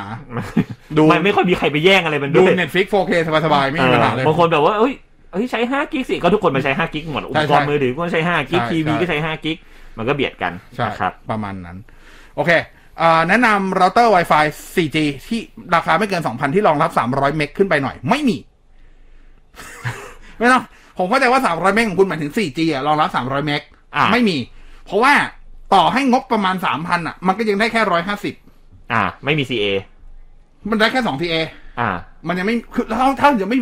S4: ดู
S5: ไม่ไม่ค่อยมีใครไปแย่งอะไรมัน
S4: ดู
S5: ด้วย
S4: Netflix 4K สบายๆ ไม่มีปัญหาเลย
S5: บางคนแบบว่าเอ้ยเอ้ยใช้ 5 กิกสิ ก็ทุกคนมาใช้ 5 กิกหมด อุ
S4: ใช่
S5: ปกรณ์มือถือก็ใช้ 5 กิก
S4: ใช่
S5: ทีวี
S4: ใช่
S5: ก็ใช้ 5 กิก มันก็เบียดกัน
S4: ใช่
S5: นะครับ
S4: ประมาณนั้น โอเคเอ่อแนะนำเราเตอร์ Wi-Fi 4G ที่ราคาไม่เกิน 2,000 ที่รองรับ 300 เมกขึ้นไปหน่อย ไม่ มี ไม่ต้องผมเข้าใจว่า 300 เมกของคุณหมายถึง 4G อะรองรับ 300 เมก
S5: อ่า
S4: ไม่มี เพราะว่าต่อให้งบประมาณ 3,000อะมันก็ยังได้แค่ 150
S5: อ่า ไม่มี CA
S4: มันได้แค่ 2TA
S5: อ่า
S4: มันยังไม่คือเท่าเท่ายังไม่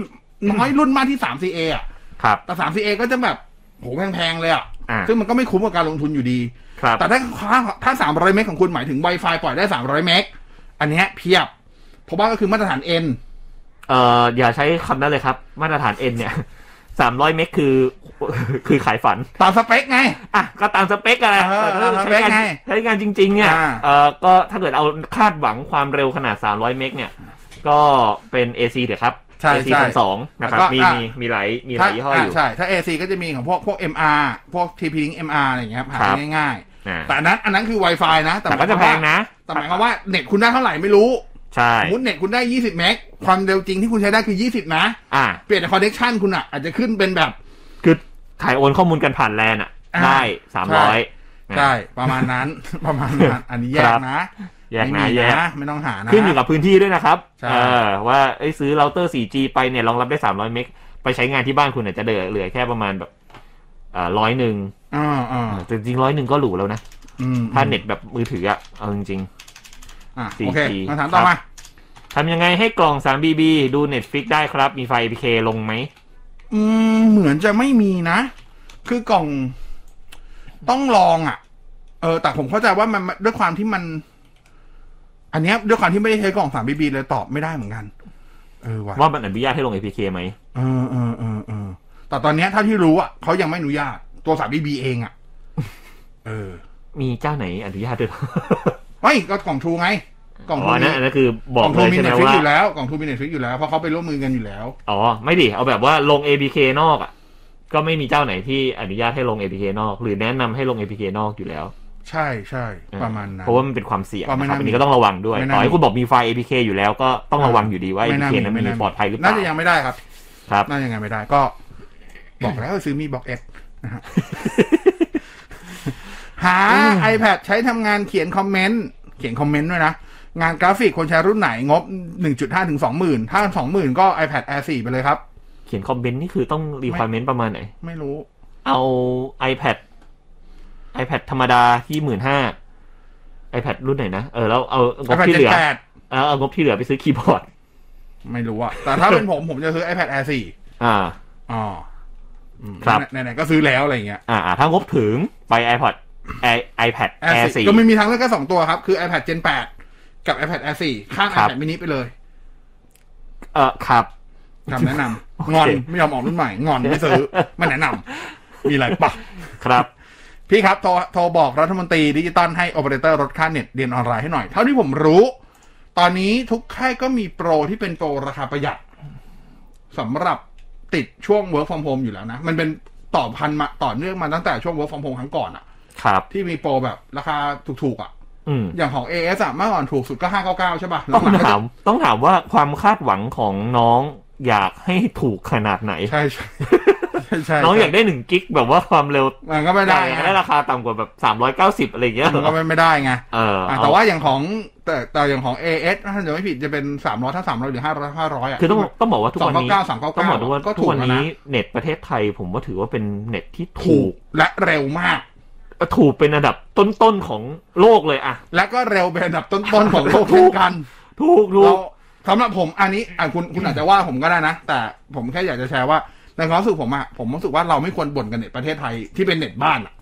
S4: น้อยรุ่นมากที่ 3TA อะ
S5: ครับ
S4: แต่ 3TA ก็จะแบบโหแพงๆเลยอะ
S5: อ่า
S4: ซึ่งมันก็ไม่คุ้มกับการลงทุนอยู่ดี
S5: ครับ
S4: แต่ถ้าถ้าถ้า 300 เมกของคุณหมายถึง Wi-Fi ปล่อยได้ 300 เมก อันเนี้ยเพียบ เพราะว่าก็คือมาตรฐาน N
S5: เอ่อ อย่าใช้คำนั้นเลยครับ มาตรฐาน N เนี่ย 300 เมกคือ คือขายฝัน
S4: ตามสเปคไง
S5: อ่ะ ก็ตามสเปคอะไร
S4: เออตามสเป
S5: ใช้
S4: ค
S5: งาน
S4: ไง
S5: ใช้งานจริง ๆ เนี่ย
S4: อ่า
S5: เอ่อ ก็ถ้าเกิดเอาคาดหวังความเร็วขนาด 300 เมกเนี่ย ก็เป็น AC เถอะครับ
S4: ใช่
S5: AC
S4: ใช่
S5: พันสองนะครับ
S4: แล้วก็
S5: มี
S4: อ่ะ
S5: มีมีหลายมีหลา
S4: ถ้า
S5: ยยี่ห้ออยู่
S4: อ่าใช่ ถ้า AC ก็จะมีของพวกพวก MR พวก TP-Link MR อะไรอย่างเงี้ยครับหา
S5: ครับ
S4: ง่าย
S5: อ่า
S4: ๆ แต่อันนั้นอันนั้นคือ Wi-Fi นะ
S5: แต่ก็จะ
S4: ห
S5: แพ
S4: มา
S5: ง
S4: ยความว่า
S5: นะ
S4: แต่หมายความว่าเน็ตคุณได้เท่าไหร่ไม่รู้
S5: ใช่
S4: สมมุติเน็ตคุณได้ 20 เมก ความเร็วจริงที่คุณใช้ได้คือ 20 นะ
S5: อ่า
S4: เปลี่ยนคอนเนคชันคุณอ่ะอาจจะขึ้นเป็นแบบ
S5: คือถ่ายโอนข้อมูลกันผ่านแลนอ่ะ
S4: อ่า
S5: ได้สาม
S4: ใช่
S5: ร้อย
S4: ใช่ประมาณนั้น ประมาณนั้นอันนี้แย
S5: ค
S4: ก
S5: รับ
S4: นะ
S5: แยก
S4: ไม่
S5: นะ
S4: มี
S5: แยก
S4: นะไม่ต้องหานะ
S5: ขึ้นอยู่กับพื้นที่ด้วยนะครับ
S4: ใช่
S5: เออว่าไอ้ยซื้อเราเตอร์ 4G ไปเนี่ยรองรับได้ 300 เมกไปใช้งานที่บ้านคุณอาจจะเดือเหลือแค่ประมาณแบบร้อยหนึ่ง
S4: อ่าอ่า
S5: จริงๆร้อยหนึ่งก็หรูแล้วนะ
S4: อืม
S5: ถ้าเน็ตแบบมือถืออ่ะ เอาจริง
S4: อ่ะ
S5: 4G
S4: โอเคคำถามต่อ
S5: ครั
S4: มา
S5: บ ๆทำยังไงให้กล่อง 3BB ดู Netflix ได้ครับ มีไฟ APK ลงไหม
S4: อืมเหมือนจะไม่มีนะ คือกล่อง ต้องลองอ่ะ เออ แต่ผมเข้าใจว่ามันด้วยความที่มัน อันเนี้ยด้วยความที่ไม่ได้ใช้กล่องสามบีบีเลยตอบไม่ได้เหมือนกัน เออว่ะ
S5: ว่ามันอนุญาตให้ลง APK ไหม
S4: เออเออเออเออแต่ตอนเนี้ยเท่าที่รู้อ่ะเขายังไม่อนุญาตตัวสามบีบีเองอ่ะ เออ
S5: มีเจ้าไหนอนุญาตด้วยเหรอ
S4: ไม่ก็กล่องทรูไง กล่อง
S5: อ๋
S4: ทู
S5: ออัน
S4: มิ
S5: นั้นอันนั้นคือบอก
S4: ล่อง
S5: เล
S4: ทู
S5: ย
S4: มิ
S5: ใช่ไห
S4: เน็
S5: ม
S4: ตฟิก
S5: ว่า
S4: อยู่แล้วกล่องทูมิเน็ตฟิกอยู่แล้วเพราะเขาไปร่วมมือกันอยู่แล้ว
S5: อ๋อไม่ดิเอาแบบว่าลง APK นอกอ่ะ ก็ไม่มีเจ้าไหนที่อนุญาตให้ลง APK นอก หรือแนะนำให้ลง APK นอกอยู่แล้ว
S4: ใช่ใช่ ประมาณนั้น
S5: เพราะว่ามันเป็นความเสี่ยง
S4: ก็ไม่
S5: นะครั
S4: น่า
S5: บอันนี้ก็ต้องระวังด้วย
S4: ไม่น่า
S5: ต่อให้
S4: มี
S5: คุณบอกมีไฟล์ APK อยู่แล้วก็ต้องระวังอยู่ดีว่า
S4: ไม่
S5: APK
S4: น่ามี
S5: นั้น
S4: ไม่
S5: มี
S4: น่ามี
S5: ปลอดภัยหรือเป
S4: น่า
S5: ล่า
S4: จะยังไม่ได้ครับ
S5: ครับ
S4: น่าจะยังไงไม่ได้ก็ บอกแล้วซื้อมีบอกเอสนะ ฮะ หา iPad ใช้ทำงานเขียนคอมเมนต์เขียนคอมเมนต์ด้วยนะ งานกราฟิกควรใช้รุ่นไหนงบ 1.5ถึง20,000 ถ้า 20,000 ก็ iPad Air 4 ไปเลยครับ
S5: เขียนคอมเมนต์นี่คือต้องรีควอเมนต์ประมาณไหน
S4: ไม่รู้
S5: เอา iPad iPad ธรรมดาที่หมื่นห้า iPad รุ่นไหนนะ เออ แล้วเอางบ
S4: iPad
S5: ที่เหลือ
S4: 78
S5: เออเอางบที่เหลือไปซื้อคีย์บอร์ด
S4: ไม่รู้อะแต่ถ้าเป็นผม ผมจะซื้อ iPad Air
S5: อ่า
S4: 4อ๋ออืม
S5: ครับ
S4: ไหนๆก็ซื้อแล้วอะไรอย่างเงี้ย
S5: อ่าอ่าถ้างบถึงไป iPod i- iPad
S4: Air
S5: Air
S4: 4
S5: 4
S4: ก็ไม่มีทางเลือกแค่สองตัวครับ คือ iPad Gen 8 กับ iPad Air 4 ข้าง
S5: ครับ
S4: iPad mini ไปเลย
S5: เออครับ
S4: คำแนะนำ งอน ไม่ยอมออกรุ่นใหม่ งอนไม่ซื้อ ไม่แนะนำ มีอะไรปะ
S5: ครับ
S4: พี่ครับโทรโทรบอกรัฐมนตรีดิจิตอลให้โอเปอเรเตอร์ลดค่าเน็ตเรียนออนไลน์ให้หน่อย เท่าที่ผมรู้ ตอนนี้ทุกค่ายก็มีโปรที่เป็นโปรราคาประหยัดสำหรับติดช่วง work from home อยู่แล้วนะ มันเป็นต่อพันมาต่อเนื่องมาตั้งแต่ช่วง work from home ครั้งก่อนอะ
S5: ครับ
S4: ที่มีโปรแบบราคาถูกๆอะ
S5: อืม
S4: อย่างของ AS อะเมื่อก่อนถูกสุดก็ 599 ใช่ปะ่ะ
S5: ต้อง
S4: หลังๆก็
S5: ถาม ต้องถามว่าความคาดหวังของน้องอยากให้ถูกขนาดไหน
S4: ใช่ใช่ใช่ใช่
S5: น้องอยากได้หนึ่งกิกแบบว่าความเร็ว
S4: มันก็ไม่ได้
S5: อยาก
S4: ไง
S5: ได้ราคาต่ำกว่าแบบสามร้อยเก้าสิบ390 อะไรอย่างเงี้ยเหร
S4: มันก็
S5: อ
S4: ไม่ไม่ได้ไง
S5: เออ
S4: อ่ะ
S5: เอ
S4: แต่ว่าอย่างของแต่แต่อย่างของ AS ถ้าจะไม่ผิดจะเป็นสามร้อยถ้าสามร้อยหรือห้าร้อยห้าร้อยอ่ะ
S5: คือต้องต้องบอกว่าทุก
S4: สอง
S5: วัน
S4: เก้า
S5: นี้
S4: เก้าสามเก้า
S5: ต้อง
S4: เก้า
S5: บอกว่า
S4: ก็
S5: ทุ
S4: ถู
S5: ก
S4: ก
S5: วัน
S4: แล้วนะ
S5: นี้เน็ตประเทศไทยผมว่าถือว่าเป็นเน็ตที่
S4: ถู
S5: ถู
S4: ก
S5: ก
S4: และเร็วมาก
S5: ถูกเป็นอันดับต้นๆของโลกเลยอะ
S4: และก็เร็วเป็นอันดับต้นๆของโลกเช่นกัน
S5: ถูกถู
S4: เรา
S5: ก
S4: สำหรับผมอันนี้อ่ะคุณคุณอาจจะว่าผมก็ได้นะ แต่ผมแค่อยากจะแชร์ว่าในความรู้สึกผมอะผมรู้สึกว่าเราไม่ควรบ่นกันเน็ตประเทศไทยที่เป็นเน็ตบ้านอะ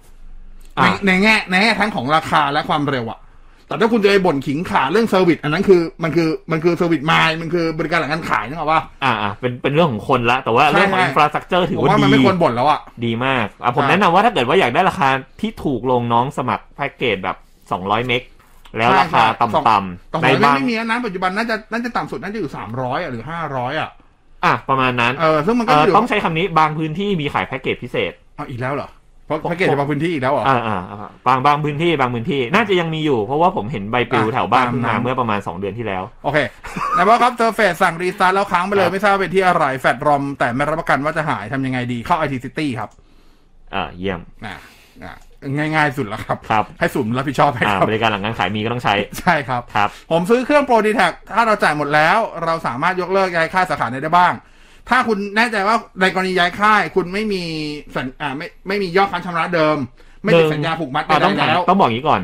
S4: ใน
S5: อ่ะ
S4: ในแง่ในแง่ทั้งของราคาและความเร็วอะแต่ถ้าคุณจะไปบ่นขิงขาเรื่องเซอร์วิสอันนั้นคือมันคือมันคือเซอร์วิสไมล์มันคือบริการหลังการขายนึกออกปะ
S5: อ่ะอ่ะเป็นเป็นเรื่องของคนละ แต่ว่า
S4: ใช่
S5: เรื่องของ
S4: ใช่
S5: อินฟราสตรักเจอร์ถือ
S4: ผม
S5: ว่า
S4: ว่ามัน
S5: ดี
S4: ไม่ควรบ่นแล้วอะ
S5: ดีมากอ่ะผม
S4: ใช่
S5: แนะนำว่าถ้าเกิดว่าอยากได้ราคาที่ถูกลงน้องสมัครแพ็กเกจแบบ 200 เมกแล้วราคาต่ำ
S4: ต่อ
S5: ๆใน
S4: ไปไม่
S5: บาง
S4: ไม่มีแล้วนะปัจจุบันน่าจะน่าจะต่ำสุดน่าจะอยู่สามร้อยหรือห้าร้อยอ่ะ
S5: อ่ะประมาณนั้น
S4: เออซึ่งมันก็
S5: เอ่อ
S4: อยู่
S5: ต้องใช้คำนี้บางพื้นที่มีขายแพ็กเกจพิเศษ
S4: เอาอีกแล้วเหรอเพราะ
S5: ผม
S4: แพ็กเกจเฉพาะพื้นที่อีกแล้วเหรอ
S5: อ่าอ่าอ่าบางบางพื้นที่บางพื้นที่น่าจะยังมีอยู่ เพราะว่าผมเห็นใบปลิว
S4: อ่ะ
S5: แถวบ้านเพิ่ง
S4: ตามนั้
S5: มาน เมื่อประมาณสองเดือนที่แล้ว
S4: โอเค นะว่าครับเซอร์เฟสสั่งรีสตาร์ทแล้วค้างไปเลย ไม่ทราบเป็นที่อะไร แฟดรอม แต่ไม่รับประกันว่าจะหายทำยังไงดีเข้า IT City ครับ
S5: อ่าเยี่ยม
S4: นะนะง่ายๆสุดแล้วครับ
S5: ครับ
S4: ให้สุ่มรับผิดชอบให้
S5: อ่า
S4: ครับ
S5: บริการหลังการขายมีก็ต้องใช้
S4: ใช่ครับ
S5: ครับ
S4: ผมซื้อเครื่องโปรดีแท็ถ้าเราจ่ายหมดแล้ว เราสามารถยกเลิกย้ายค่ายสาขาได้บ้าง ถ้าคุณแน่ใจว่าในกรณีย้ายค่าย คุณไม่มีสัญอ่าไม่ไม่มียอดค้างชำระเดิม ไม่ติด
S5: หนึ่ง
S4: สัญญาผูกมัด
S5: อ่า
S4: ใด
S5: ต้อง
S4: ๆแล้ว
S5: ต้องบอกอย่างนี้ก่อน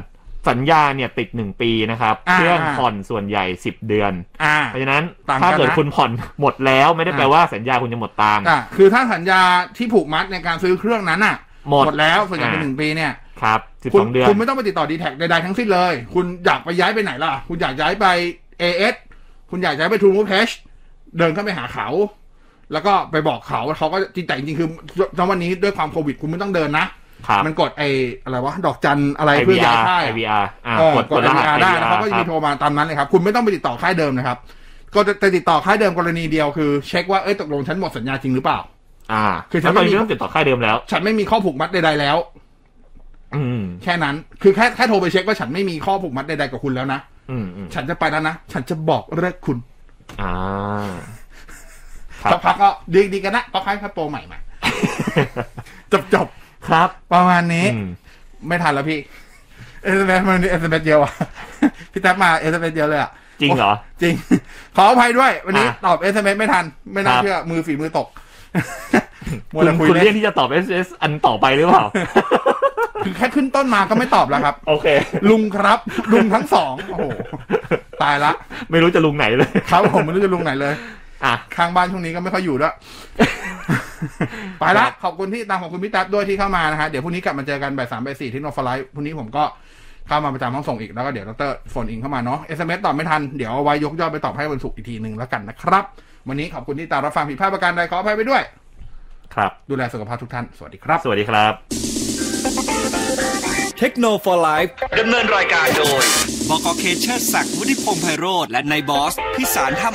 S5: สัญญาเนี่ยติดหนึ่งปีนะครับ
S4: อ่า
S5: เครื่องผ่อนส่วนใหญ่สิบเดือน
S4: อ่า
S5: เพราะฉะนั้น
S4: ต่างกันนะ
S5: ถ้าเกิดคุณผ่อนหมดแล้วไม่ได้แปล
S4: อ่า
S5: ว่าสัญญาคุณจะหมดตาม
S4: อ่ะคือถ้าสัญญาที่ผูกมัดในการซื้อเครื่องนั้นอ่ะ
S5: หมด
S4: แล้วส่วนใหญ่เป็น
S5: อ่า
S4: หนึ่งปีเนี่ย
S5: ครับสิบ
S4: คุณ
S5: สองเดือน
S4: คุณไม่ต้องไปติดต่อดีแท็ใดๆทั้งสิ้นเลย คุณอยากไปย้ายไปไหนล่ะ คุณอยากย้ายไป AS คุณอยากย้ายไปทูมูเพชเดินเข้าไปหาเขา แล้วก็ไปบอกเขาเขาก็จริงแต่จริงๆคือตอนวันนี้ด้วยความโควิด คุณไม่ต้องเดินนะ
S5: ครับ
S4: มันกดไออะไรวะดอกจันอะไร
S5: ไอ
S4: เพื่
S5: วี
S4: อ
S5: อา
S4: ย้าย
S5: ร์
S4: ค่าย
S5: ไอ
S4: อะ
S5: วีอาร์อ่า
S4: เออก
S5: ด
S4: ก
S5: ก
S4: ด
S5: ดรหั
S4: ไอ
S5: ส
S4: วีอาร์
S5: ไอ
S4: ได้
S5: วี
S4: นะ
S5: อา
S4: เขา
S5: ร์
S4: ก็จะมี
S5: ค
S4: โท
S5: รับ
S4: รมาตามนั้นเลยครับ คุณไม่ต้องไปติดต่อค่ายเดิมนะครับก็จะจะติดต่อค่ายเดิมกรณีเดียวคือเช็คว่าเอ้ยตกลงฉันหมดสัญญาจริงหรือเปล่า
S5: อ่า
S4: คื
S5: คือ อ
S4: ฉัน
S5: ต
S4: ไม่
S5: อน
S4: มี
S5: นี้ไม่ต้องติดต่อค่ายเดิมแล้ว
S4: ฉันไม่มีข้อผูกมัดใดๆแล้ว
S5: อืม
S4: แค่นั้น คือแค่แค่โทรไปเช็คว่าฉันไม่มีข้อผูกมัดใดๆกับคุณแล้วนะ
S5: อืมอืม
S4: ฉันจะไปแล้วนะ ฉันจะบอกเลิกคุณ
S5: อ่า ครับ
S4: สักพักก็ดีดีกันนะก็ค่ายค่าโปรใหม่มา จบจบ
S5: ครับ
S4: ประมาณนี้
S5: อืม
S4: ไม่ทันแล้วพี่ เอสเมมันเอสเมเดียวอะ พี่แท็บมาเอสเมเดียวเลยอะ
S5: จริงเหรอ
S4: จริง ขออภัยด้วย วันนี้
S5: อ่ะ
S4: ตอบเอสเมไม่ทัน ไม่น่า
S5: ครับ
S4: เชื่อ มือฝีมือตก มัว
S5: คุณ
S4: แต่คุย
S5: คุณเรีย
S4: เล่
S5: ก
S4: น
S5: ที่จะตอบเอสเอสอันต่อไปหรือเปล่า
S4: คือแค่ขึ้นต้นมาก็ไม่ตอบแล้วครับ
S5: โอเค
S4: ลุงครับ ลุงทั้งสองโอ้โหตายละ
S5: ไม่รู้จะลุงไหนเลย
S4: ครับผมไม่รู้จะลงไหนเลย
S5: อ่ะ
S4: ข้างบ้านช่วงนี้ก็ไม่ค่อยอยู่ ด้วย ไปละ ขอบคุณที่ตามขอบคุณพี่แท็บด้วยที่เข้ามานะฮะ เดี๋ยวพรุ่งนี้กลับมาเจอกันบ่ายสามบ่ายสี่ที่โนฟลายพรุ่งนี้ผมก็เข้ามาประจำห้องส่งอีก แล้วก็เดี๋ยวดรโฟนอินเข้ามาเนาะเอสเอ็มเอสตอบไม่ทัน เดี๋ยวเอาไว้ยกยอดไปตอบให้วันศุกร์อีกทีหนึ่งแล้วกันนะครับ วันนี้ขอบคุณที่ตามรับฟังผิดพลาดประการใดขออภัยไปด้วย
S5: ครับ
S4: ดูแลสุขภาพทุกท่าน สวัสดีครับ
S5: สวัสดีครับ
S3: เทคโนโลยีไลฟ์ดำเนินรายการโดย บกเคเชอร์ศักดิ์วุฒิพงษ์ไพโรธและนายบอสพิสารท่าม